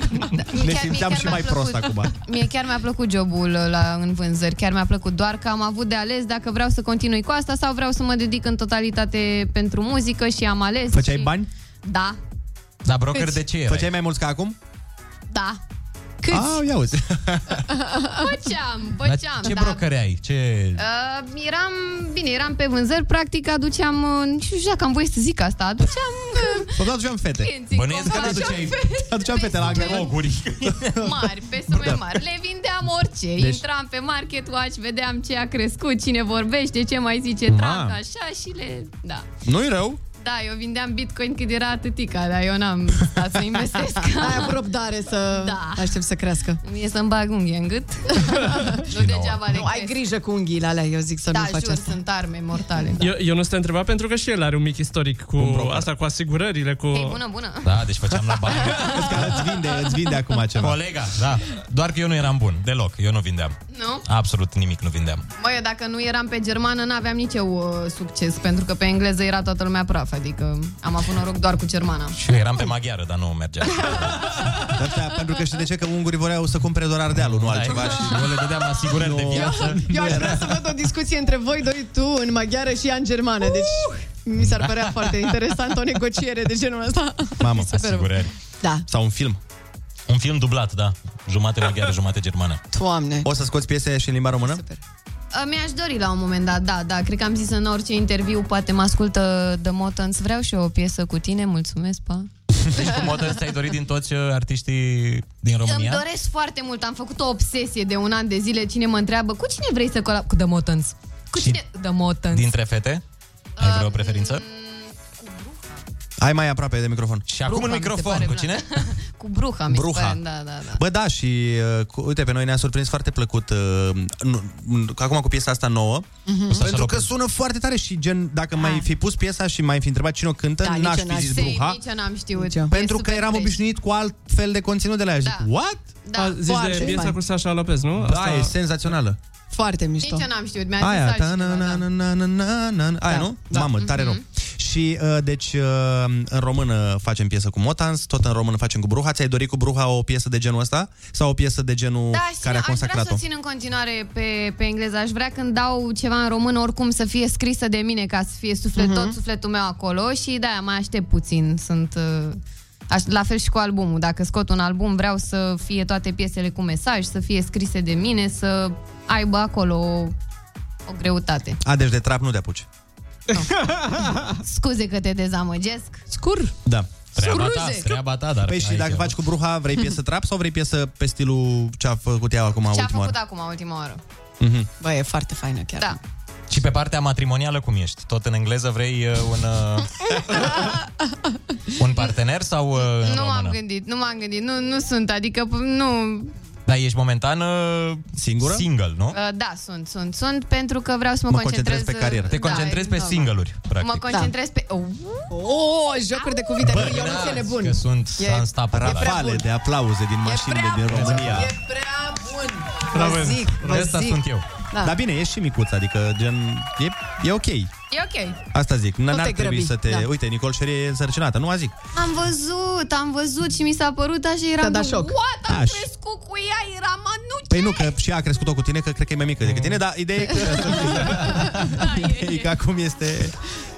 Ne simțeam și mai prost acum.
Mie chiar mi-a plăcut jobul la, în vânzări, chiar mi-a plăcut, doar că am avut de ales dacă vreau să continui cu asta sau vreau să mă dedic în totalitate pentru muzică și am ales.
Făceai
și...
bani?
Da,
La broker de
Deci,
ce erai?
Făceai mai mulți ca acum?
da.
Ah, ia uzi.
Făceam,
Dar
făceam.
ce
da.
broker ai? Ce...
Uh, eram, bine, eram pe vânzări, practic aduceam, uh, nu știu dacă am voie să zic asta, aduceam uh,
Tot aduceam fete.
clienții
Bănuiesc că
companii.
aduceai
Aduceam fete la angajat.
mari, pe sume
Da.
mari. Le vindeam orice.
Deci-
Deci... Intram pe Market Watch, vedeam ce a crescut, cine vorbește, ce mai zice Trump,
Ma.
așa și le... Da.
Nu-i rău.
Da, eu vindeam bitcoin cât era atâtica, dar eu n-am stat să investesc.
Aia cu răbdare să da. aștept să crească.
E să-mi bag unghie în gât. nu degeaba
Nu, ai grijă cu unghiile alea, eu zic să
Da,
nu faci
jur,
asta.
sunt arme mortale.
Eu, eu nu te întreba pentru că și el are un mic istoric cu asta cu asigurările, cu...
Hei, bună, bună.
Da, deci făceam la bani.
Îți vinde, îți vinde acum ceva.
Colega, da. Doar că eu nu eram bun, deloc. Eu nu vindeam.
Nu?
Absolut nimic nu vindeam.
Măi, eu dacă nu eram pe germană, n-aveam nici eu uh, succes, pentru că pe engleză era toată lumea praf, adică am avut noroc doar cu germana.
Și eu eram pe maghiară, da. dar nu mergea.
De asta, pentru că știi de ce? Că ungurii voreau să cumpere doar ardealul, Da, exact. nu altceva. Și
eu le dădeam asigurări de viață.
Eu aș vrea să văd o discuție între voi doi, tu în maghiară și ea în germană. Deci
Uh!
mi s-ar părea foarte interesant o negociere de genul ăsta.
Mamă,
asigurări.
Da.
Sau un film.
Un film dublat, da. Jumate maghiară, jumate germană.
Doamne.
O să scoți piese și în limba română?
Uh, Mi-aș dori la un moment dat, da, da, cred că am zis în orice interviu, poate mă ascultă The Motans, vreau și eu o piesă cu tine, mulțumesc, pa.
Deci cu modă ți-ai dorit din toți uh, artiștii din
Îmi
România?
doresc foarte mult, am făcut o obsesie de un an de zile, cine mă întreabă, cu cine vrei să colab... Cu The Motans. Cu cine? The Motans.
Dintre fete? Ai
Um,
vreo preferință?
Hai mai aproape de microfon.
Și acum
Bruha,
în
mi se
microfon,
pare,
cu
da.
cine?
Cu Bruha, mi
Bruha.
se pare, da, da, da.
Bă, da, și uh, cu, uite, pe noi ne-a surprins foarte plăcut uh, nu, nu, că acum cu piesa asta nouă,
Mhm.
mm-hmm.
Așa
pentru că
locul.
sună foarte tare și gen, dacă mai fi pus piesa și mai fi întrebat cine o cântă,
Da,
n-aș
nici eu
fi zis
ști,
Bruha,
Nici eu n-am știut.
pentru că eram obișnuit cu alt fel de conținut de la ea. Zic,
Da.
what?
Da. A, zici de
Foarte piesa fain. cu
Sasha Lopez, nu? Da,
Asta-
e senzațională.
Foarte mișto.
Nici eu n-am știut, mi-a zis
Aia, ta,
altcineva,
na, na, na, na, na, na, na, na. aia nu?
Da.
Mamă, tare rău. Și, uh, deci, uh, în română facem piesă cu Motans, tot în română facem cu Bruha. Ți-ai dorit cu Bruha o piesă de genul ăsta? Sau o piesă de genul
Da, și
care a
aș vrea să
consacrat-o?
o țin în continuare pe, pe engleză. Aș vrea când dau ceva în român, oricum să fie scrisă de mine, ca să fie suflet,
Mhm.
tot sufletul meu acolo și de-aia mai aștept puțin. Sunt... uh, Aș, la fel și cu albumul. Dacă scot un album, vreau să fie toate piesele cu mesaj, să fie scrise de mine, să aibă acolo o, o greutate.
A, deci de trap nu te apuci.
Scuze că te dezamăgesc.
Scur.
Da.
Treaba ta, treaba ta, dar...
Păi și
aici
dacă
e
faci cu Bruha, vrei piesă trap sau vrei piesă pe stilul ce a făcut ea acum
Ce a
ultima
făcut da.
oară?
acum, ultima oară?
Mhm.
Bă, e foarte faină chiar.
Da.
Și pe partea matrimonială cum ești? Tot în engleză vrei uh, un uh, un partener sau uh, în
Nu
română?
m-am gândit, nu m-am gândit, nu, nu sunt, adică p- nu,
Dar ești momentan uh,
singură?
Single, nu?
Uh, Da, sunt, sunt, sunt, pentru că vreau să mă,
Te concentrezi
da,
pe
da.
single-uri, practic.
Mă concentrez
Da.
pe... Oh,
O, Oh, jocuri de cuvinte. Bă, eu nu
da,
ți nebun.
Că sunt
E-
non-stop.
Rafale de aplauze din mașinile din România.
E prea bun. Vă zic, vă zic. Da.
Dar bine, ești și micuț, adică gen, e, e ok.
E ok.
Asta zic, n-
Nu
n-ar
te
trebui
grăbi,
să te...
da.
Uite, Nicol Șerie e însărcinată, nu a zic.
Am văzut, am văzut și mi s-a părut așa, eram...
dat
de,
șoc.
What? Am
Aș.
crescut cu ea, era manuc.
Păi nu, că și ea a crescut-o cu tine, că cred că e mai mică decât tine, dar ideea e că,
Da,
ideea e că acum este,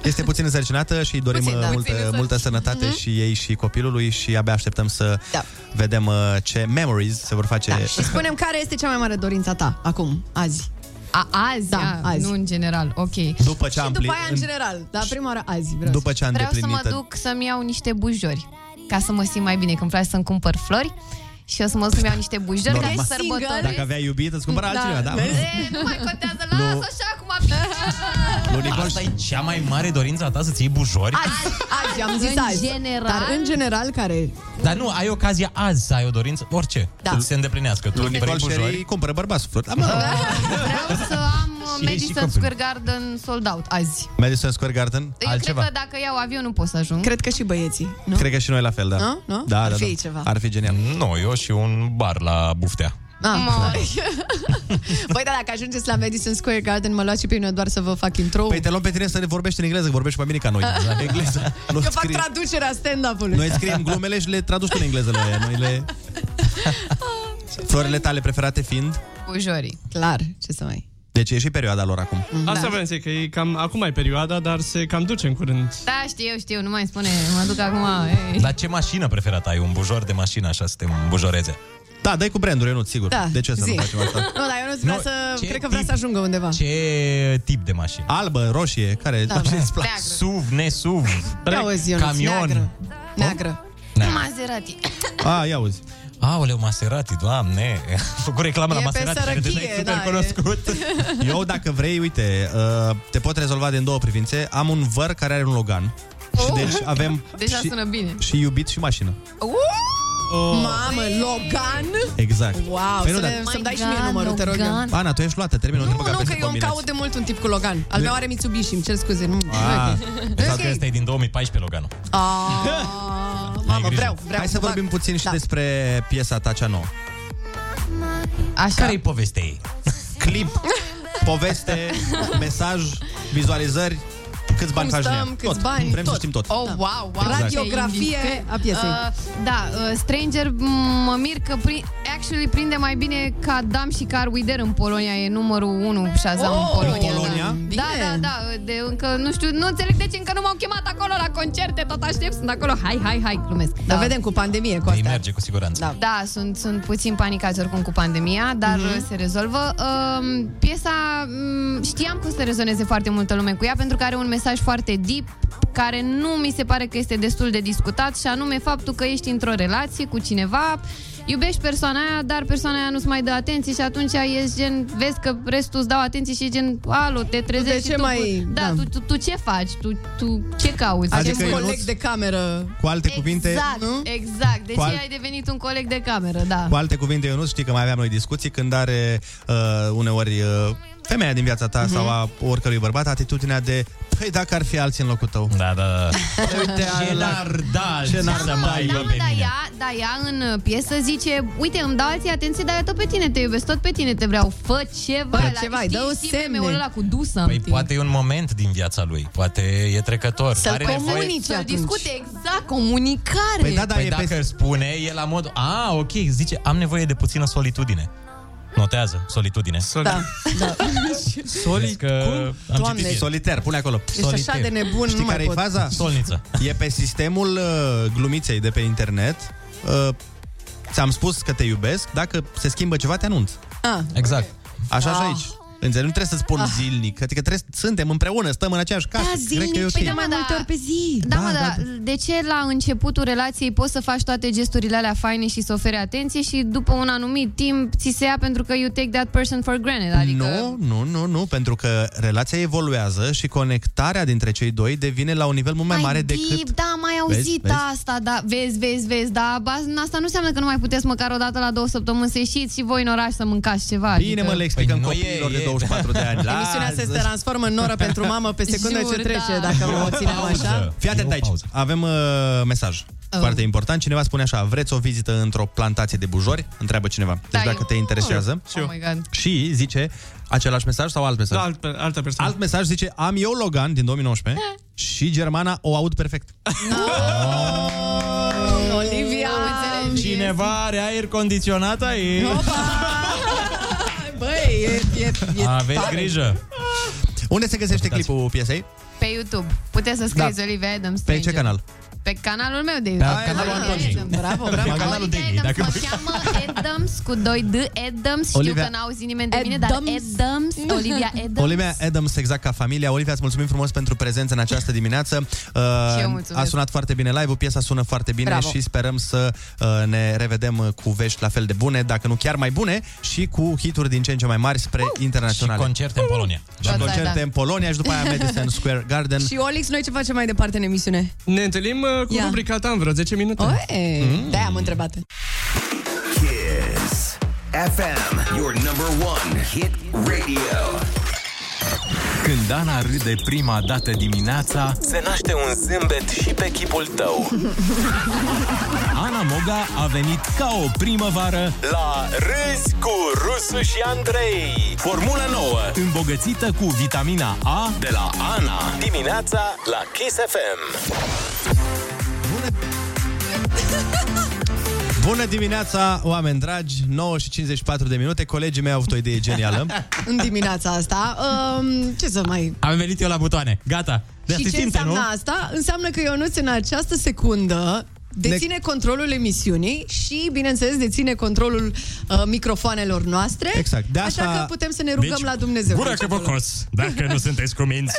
este puțin însărcinată și îi dorim
Puțin,
puțin,
da.
multă,
Puțin însărcinată.
multă sănătate
Mhm.
și ei și copilului și abia așteptăm să
Da.
vedem uh, ce memories se vor face. Da,
Și spunem care este cea mai mare dorința ta acum, azi.
A, azi, da,
azi.
nu în general, ok.
După ce am
După
plinit-
aia în general, dar prima oară azi. Vreau
După ce am
Vreau să mă
îndeplinit-
duc să-mi iau niște bujori, ca să mă simt mai bine, că îmi place să-mi cumpăr flori. Și o să mă duc să-mi iau niște bujori ca
Normal.
să sărbători.
Dacă aveai iubit, îți cumpăra altcineva, da.
E, nu mai contează, lasă-o așa acum.
Asta e cea mai mare dorința ta să-ți iei bujori?
Azi, am zis
În
azi.
general?
Dar în general care...
Dar nu, ai ocazia azi să ai o dorință, orice,
Da.
să se îndeplinească. Tu
Lui
vrei
Nicol
bujori?
Șerie cumpără bărbați. flori. Da, mă,
Vreau să am uh,
Și ești și
Madison
copil.
Square Garden sold out azi.
Madison Square Garden,
Eu
altceva.
cred că dacă iau avion nu pot să ajung.
Cred că și băieții.
Nu? Cred că și noi la fel, da.
Nu? Nu?
Da,
Ar
da,
fi
da.
ceva.
Ar fi genial.
Nu, eu și un bar la buftea.
Ah. Băi, da, dacă ajungeți la Madison Square Garden, mă luați și pe mine doar să vă fac intro
Păi te luăm pe tine să ne vorbești în engleză, că vorbești mai bine ca noi.
Exact.
engleză. Nu
Eu fac
scrie-
traducerea stand-up-ului.
Noi scriem glumele și le traduci tu în engleză la ea. Noi le...
Ah,
Florile tale preferate fiind?
Bujorii.
Clar, ce să mai...
Deci e și perioada lor acum.
Da.
Asta vreau să zic, că e cam, acum e perioada, dar se cam duce în curând.
Da, știu, știu, nu mai spune, mă duc acum. Ei.
Dar ce mașină preferată ai? Un bujor de mașină, așa, suntem bujoreze.
Da, dai cu branduri, eu nu, sigur.
Da,
de ce să
zi.
nu facem asta?
Nu, dar eu nu vrea
Nu,
să...
ce
Cred că vrea
tip-
să ajungă undeva.
Ce tip de mașină?
Albă, roșie, care
Da,
ce îți place?
Neagră.
SUV, nesuv,
Auzi, Ionuț,
camion.
Neagră. Neagră.
Maserati.
A, ia auzi.
Aoleu, Maserati, doamne. Am făcut reclamă la
E pe
Maserati, care deja
sărăchie,
e super
da, e.
cunoscut. da.
Eu, dacă vrei, uite, uh, te pot rezolva din două privințe. Am un văr care are un Logan.
Oh.
Și deci avem
Deja
și,
sună bine.
și iubit și mașină.
Uh!
Oh.
Mamă, Logan?
Exact.
Wow,
Păi
să
nu,
ne,
dar-
să-mi dai și mie numărul, te rog eu.
Păi,
Ana, tu ești luată, termină, nu, te
Nu,
băga
nu, că
peste
eu îmi
combinații.
caut de mult un tip cu Logan. Al
De-
meu are Mitsubishi, îmi cer scuze. Nu.
Ah.
Ok.
Deci
Sau că ăsta e din 2014, Logano.
Ah, Mamă, vreau, vreau.
Hai să
fac. Da.
vorbim puțin și despre piesa ta cea nouă.
Așa.
Care-i povestea ei?
Clip, poveste, mesaj, vizualizări, câți bani
Cum
faci din
stăm,
ea.
câți
tot.
bani,
Vrem să
tot.
știm tot.
Oh, wow, wow.
Exact.
Radiografie a piesei.
Uh, da, uh, Stranger, m- mă mir că pri- actually prinde mai bine ca Dam și Car Wider în Polonia, e numărul 1 Shazam
Oh,
în Polonia.
în Polonia? Bine.
Da, da, da, de încă nu știu, nu înțeleg de ce încă nu m-au chemat acolo la concerte, tot aștept, sunt acolo, hai, hai, hai, glumesc.
Dar vedem cu pandemie, cu
Îi
asta.
Păi, merge cu siguranță.
Da. Mhm.
Da, sunt, sunt puțin panicați oricum cu pandemia, dar mm-hmm. se rezolvă. Um, piesa, um, știam că o să rezoneze foarte multă lume cu ea, pentru că are un mesaj foarte deep, care nu mi se pare că este destul de discutat, și anume faptul că ești într-o relație cu cineva, iubești persoana aia, dar persoana aia nu-ți mai dă atenție și atunci ești gen, vezi că restul îți dau atenție și e gen, alo, te trezești
de
și
ce
tu,
mai-
Da,
da.
Tu, tu, tu ce faci? Tu, tu ce cauți?
Acest
Adică,
coleg
Ionuț,
de cameră.
Cu alte cuvinte,
Exact, exact. Deci
Cu al-
ai devenit un coleg de cameră, da.
Cu alte cuvinte, eu nu știi că mai aveam noi discuții când are uh, uneori uh, femeia din viața ta sau a oricărui bărbat atitudinea de Păi dacă ar fi alții în locul tău.
Da, da, da.
Uite,
Ce n-ar da
Ce n-ar
să
da,
mai
Da,
aibă
mă,
pe
dar
mine.
ea, da, ea în uh, piesă zice Uite, îmi dau alții atenție, dar eu tot pe tine te iubesc Tot pe tine te vreau, fă ceva
Fă
la-
ceva,
știi,
dă o
știi
semne.
meme-ul ăla cu do
Păi
something
poate e un moment din viața lui, poate e trecător.
Să-l
Are nevoie...
comunici Să-l
atunci.
discute, exact, comunicare
Păi, da, da, păi dacă spune, e la mod... A, ok, zice, am nevoie de puțină solitudine. Notează, solitudine. Soli...
Da, da.
Soli... Că am
Doamne.
citit.
Solitaire, pune acolo.
Ești așa de nebun,
Știi
nu mai
care e
pot.
faza?
Solniță.
E pe sistemul uh, glumiței de pe internet. Uh, ți-am spus că te iubesc, dacă se schimbă ceva, te anunț.
Ah,
Exact.
Așa și
Ah.
aici. Înțeleg, nu trebuie să spun zilnic, adică trebuie, suntem împreună, stăm în aceeași casă. Cred că e ok.
Păi da, mă, da. Da,
Da,
mă,
da,
da. De ce la începutul relației poți să faci toate gesturile alea faine și să oferi atenție și după un anumit timp ți se ia pentru că you take that person for granted? Adică...
Nu, nu, nu, nu, pentru că relația evoluează și conectarea dintre cei doi devine la un nivel mult mai mare
deep,
decât...
da, am mai
Vezi,
auzit
vezi?
asta, da, vezi, vezi, vezi, da, ba- asta nu înseamnă că nu mai puteți măcar o dată la două săptămâni să ieșiți și voi în oraș să mâncați ceva.
Bine,
adică...
mă, le explicăm
Păi nu e,
copiilor
e.
de 24 de ani.
Emisiunea se
Lasă-și.
transformă în oră pentru mamă pe secundă
Jur,
ce trece,
da.
dacă o ținem
Da.
așa.
Fii atent aici. Avem uh, mesaj
Oh.
foarte important. Cineva spune așa, vreți o vizită într-o plantație de bujori? Întreabă cineva. Deci
Da,
dacă
eu-
te interesează.
Oh my God.
Și zice același mesaj sau alt mesaj?
Da, alt, altă persoană.
Alt mesaj zice, am eu Logan din 2019
Eh.
și germana o aud perfect.
Olivia!
Am Oh, înțeles.
Cineva are aer condiționat aici.
Băi, e, e, e
Aveți
tare.
grijă.
Unde se găsește clipul piesei?
Pe YouTube. Puteți să scrieți
Da.
Olivia Adams.
Pe ce
Stranger.
canal?
Pe canalul meu de
Da,
YouTube.
canalul
Olivia
Antonii.
Adams.
Bravo, bravo.
Pe canalul
Olivia
Degnei,
Adams,
dacă
mă cheamă Adams cu 2D Adams. Știu
Olivia-
că n-auzi nimeni de mine, dar
Adams.
Adams, Olivia Adams.
Olivia Adams, exact ca familia. Olivia, îți mulțumim frumos pentru prezența în această dimineață. Uh,
eu mulțumesc.
a sunat foarte bine live-ul, piesa sună foarte bine
Bravo.
și sperăm să uh, ne revedem uh, cu vești la fel de bune, dacă nu chiar mai bune, și cu hituri din ce în ce mai mari spre
Și
internaționale.
concerte în Polonia.
și
Uh. Da, da,
concerte
da.
în Polonia și după aia Madison Square Garden.
Și Olix, noi ce facem mai departe în emisiune?
Ne întâlnim uh, cu
Ia.
rubrica ta în vreo 10 minute.
Oe, mm. de am întrebat.
Kiss FM, your number one hit radio.
Când Ana râde prima dată dimineața,
Se naște un zâmbet și pe chipul tău
Ana Moga a venit ca o primăvară
La Râzi cu Rusu și Andrei Formula nouă
îmbogățită cu vitamina A
de la Ana Dimineața la Kiss FM
Bună... Bună dimineața, oameni dragi, 9 și 54 de minute. Colegii mei au avut o idee genială.
În dimineața asta, um, ce să mai...
Am venit eu la butoane. Gata. De
și ce înseamnă asta? Înseamnă că Ionuț în această secundă deține controlul emisiunii și, bineînțeles, deține controlul uh, microfoanelor noastre.
Exact. De
Așa
asta- Deci,
că putem să ne rugăm la Dumnezeu. Deci,
Gura că bocos, dacă nu sunteți cuminți.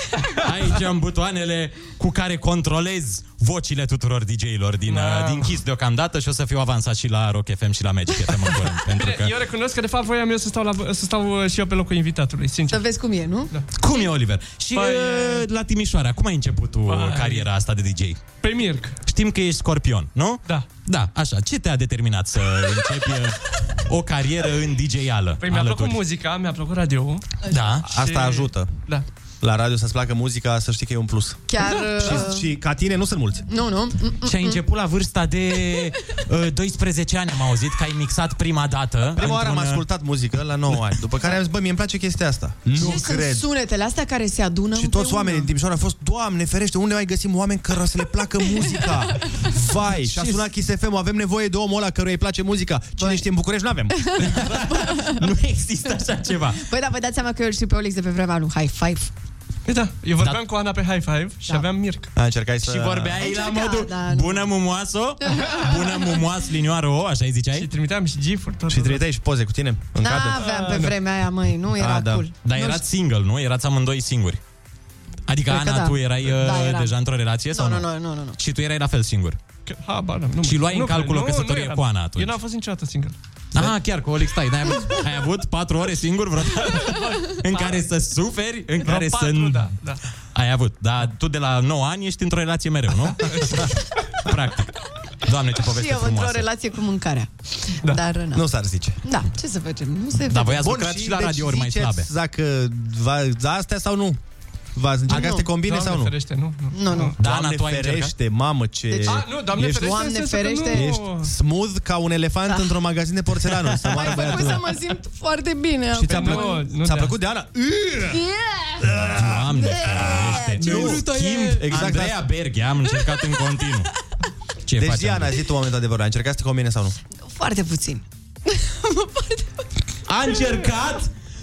Aici am butoanele cu care controlez
vocile tuturor DJ-ilor din,
Mamă.
uh, din Kiss deocamdată și o să fiu avansat și la Rock FM și la Magic FM în curând, pentru că...
Eu recunosc că de fapt voiam eu să stau, la, să stau uh, și eu pe locul invitatului, sincer.
Să vezi cum e, nu? Da.
Cum e, Oliver? Și
Păi,
uh, la Timișoara, cum ai început tu uh,
Păi.
cariera asta de DJ?
Pe Mirc.
Știm că ești scorpion, nu? Da. Da, așa. Ce te-a determinat să începi uh, o carieră în DJ-ală?
Păi mi-a plăcut muzica, mi-a plăcut radio
Da,
Asta ajută.
Da.
La radio să-ți placă muzica, să știi că e un plus.
Chiar,
Da.
uh,
Și, și ca tine nu sunt mulți.
Nu, nu. Mm,
Și ai început la vârsta Da, de uh, 12 ani, am auzit, că ai mixat prima dată.
Prima oară am
într-un, uh,
ascultat muzică la 9 ani, după care am zis, bă, mie îmi place chestia asta. Nu
Ce sunt sunetele astea care se adună
Și toți oamenii din Timișoara au fost, Doamne ferește, unde mai găsim oameni cărora să le placă muzica? Vai, și a sunat Kiss FM, avem nevoie de omul ăla căruia îi place muzica. Cine știe, în București nu avem.
nu există așa ceva.
Păi da, vă dați seama că eu îl știu pe Olix de pe vremea lui High Five.
Da, eu vorbeam da. cu Ana pe High Five și da. aveam Mirc.
A, încercai să...
Da.
Și vorbeai la
Încerca,
modul
da,
Bună mumoaso, bună mumoas linioară o, așa îi ziceai? Și
trimiteam și gif-uri tot.
Și trimiteai și poze cu tine în da.
N-aveam pe vremea aia, măi, Da, nu era cool.
da. Dar
Nu
erați single, nu? Erați amândoi singuri. Adică,
Cred că
Ana,
da.
tu erai uh,
Da, eram.
deja într-o relație
știu.
sau
Nu,
nu?
nu, nu, nu, nu, nu.
Și tu erai la fel singur.
Că, ha, ba, da, nu,
Și luai
nu,
în calcul o
nu,
căsătorie
nu eram.
cu Ana atunci.
Eu n-am fost niciodată single.
Ah, chiar cu Olix, stai, n-ai avut, ai avut patru ore singur vreodată? în care să suferi, în
Vreo
care să...
patru, da, da.
Ai avut, dar tu de la 9 ani ești într-o relație mereu, nu? Practic. Doamne, ce poveste
Și eu într-o
frumoasă.
relație cu mâncarea. Da. Dar, na.
Nu s-ar Da, zice.
Da, ce să facem? Nu se
Dar
vede.
voi ați lucrat și la radiouri mai
deci ziceți
slabe.
Dacă va, da, astea sau nu? V-ați încercat să te combine
Doamne
sau nu?
Ferește, nu, nu.
Nu, nu.
Da, Ana,
Doamne
tu ai
ferește, mamă, ce...
Deci- A, nu, Doamne
ești,
ferește în
Doamne
sensul că nu-
ferește.
Ești smooth ca un elefant
Da.
într-un magazin de porțelanuri. Să moară
Păi
băiatul.
să
ăla.
mă simt foarte bine.
Și ți-a plăcut, ți-a plăcut de Ana?
Doamne, ferește.
Nu.
În
Urâtă e.
schimb,
Exact
Andreea
asta.
Berghe, am încercat în continuu. Ce
deci
facem?
zi, Ana, zi tu momentul adevărul. Ai încercat să te combine sau nu?
Foarte puțin.
A încercat?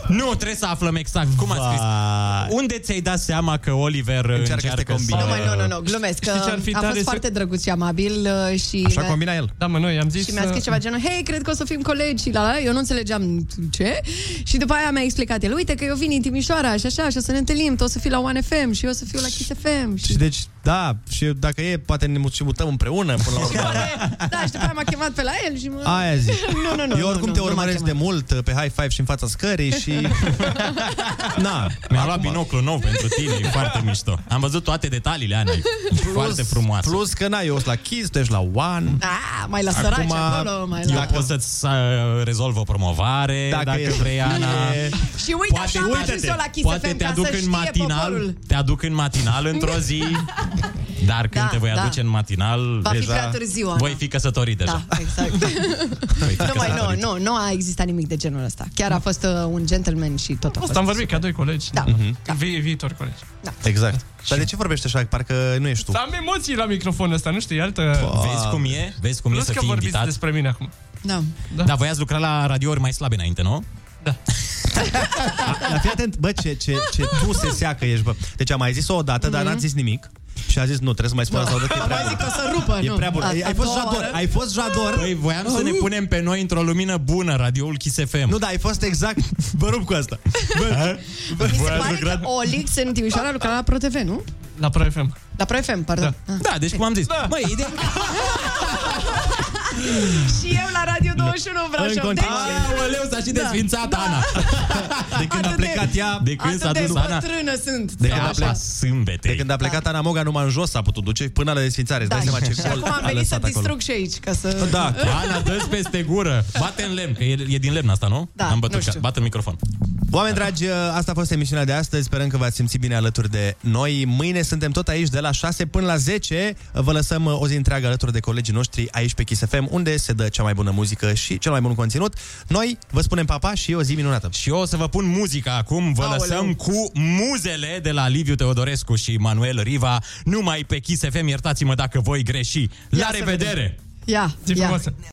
Nu, trebuie să aflăm exact cum a scris. Unde ți-ai dat seama că Oliver încearcă,
să te
combine?
Nu, mai, nu, nu, nu, glumesc. Că
ce ar fi
a
tare
fost
să-
foarte drăguț și amabil uh, și... mi-a-
el. Da, mă, noi am zis...
Și mi-a scris
uh,
ceva genul, hei, cred că o să fim colegi și la la, eu nu înțelegeam ce. Și după aia mi-a explicat el, uite că eu vin din Timișoara și așa, și o să ne întâlnim, tu o să fii la One FM și eu o să fiu la Kiss FM. Și...
Și deci, da, și dacă e, poate ne mut- și mutăm împreună până la urmă.
Da, și după aia m-a chemat pe la el și mă...
Aia zic.
nu, nu, nu.
Eu oricum
nu,
te
nu, nu m-a
urmăresc de
chemat.
mult pe high five și în fața scării și... Na,
Mi-a luat binoclu nou pentru tine, e foarte mișto. Am văzut toate detaliile, Ana, e foarte frumoasă.
Plus că n-ai eu sunt la Kiss, tu ești la One.
Ah, mai la
Acum,
săraci acolo, mai
Eu
la...
pot să-ți uh, rezolv o promovare,
Dacă
dacă,
e-
vrei, Ana.
E-
Și uite, așa am ajuns
uite-te,
eu la Kiss
poate
FM,
te
ca
aduc
să
în
știe
matinal,
poporul.
te aduc în matinal într-o zi. Dar când
Da,
te voi
da.
aduce în matinal,
Va fi
deja
prea târziu, Ana.
voi fi căsătorit deja.
Da, exact.
Voi fi
nu, mai,
căsătorit.
nu, nu, nu a existat nimic de genul ăsta. Chiar a fost uh, un gentleman și tot a fost.
Asta am vorbit ca doi colegi.
Da.
Mhm.
Ca vi- viitor colegi.
Exact. Dar de ce vorbești așa? Parcă nu ești tu.
Dar am emoții la microfonul ăsta, nu știu, e
Da.
altă...
Vezi cum e? Vezi cum e
Plus
să
că
fii
vorbiți
invitat?
despre mine acum.
Da.
Dar voi ați lucrat la radiouri mai slabe înainte, nu?
Dar Da, fii atent, bă, ce, ce, ce tu se seacă ești, bă. Deci am mai zis-o o dată, dar n-ați zis nimic. Și a zis, nu, trebuie să Da. mai spun asta o dată, e prea
Mai zic
bun.
că o să rupă, nu.
E prea bun.
A-
Ai
a
fost
doua
jador,
oară.
ai fost jador.
Păi voiam să ne punem pe noi într-o lumină bună, radioul Kiss FM.
Nu, da, ai fost exact... Bă, rup cu asta. Bă,
Mi se
Voi ați
pare că
lucrat-
Olix în Timișoara lucra la ProTV, nu?
La Pro FM.
La ProFM, pardon. Da.
Da, deci cum am zis. Da. Măi, ideea...
Și eu la Radio 21 vreau
În
și eu.
continuare.
Aoleu, s-a și desfințat da. Ana.
de când a
Atât de-
plecat ea...
De când s-a
Atât de
dus Ana...
bătrână sunt. Da.
De
De
când, a
la
plecat,
sâmbete.
de când a plecat Ana Moga numai în jos s-a putut duce până la desfințare. Îți
Da,
dai seama ce
și
gol
acum am
a
venit să
lăsat acolo.
distrug și aici, ca să...
Da,
Ana, dă peste gură. Bate în lemn, că e, e din lemn asta, nu?
Da,
Am
nu
bătut
știu.
ca, bate în microfon.
Oameni dragi, asta a fost emisiunea de astăzi. Sperăm că v-ați simțit bine alături de noi. Mâine suntem tot aici de la 6 până la 10. Vă lăsăm o zi întreagă alături de colegii noștri aici pe Kiss FM, unde se dă cea mai bună muzică și cel mai bun conținut. Noi vă spunem papa și o zi minunată.
Și eu o să vă pun muzica acum. Vă
Aoleu.
lăsăm cu muzele de la Liviu Teodorescu și Manuel Riva. Numai pe Kiss FM, iertați-mă dacă voi greși. La
să
revedere!
Ia,
Zi
ia.
frumoasă.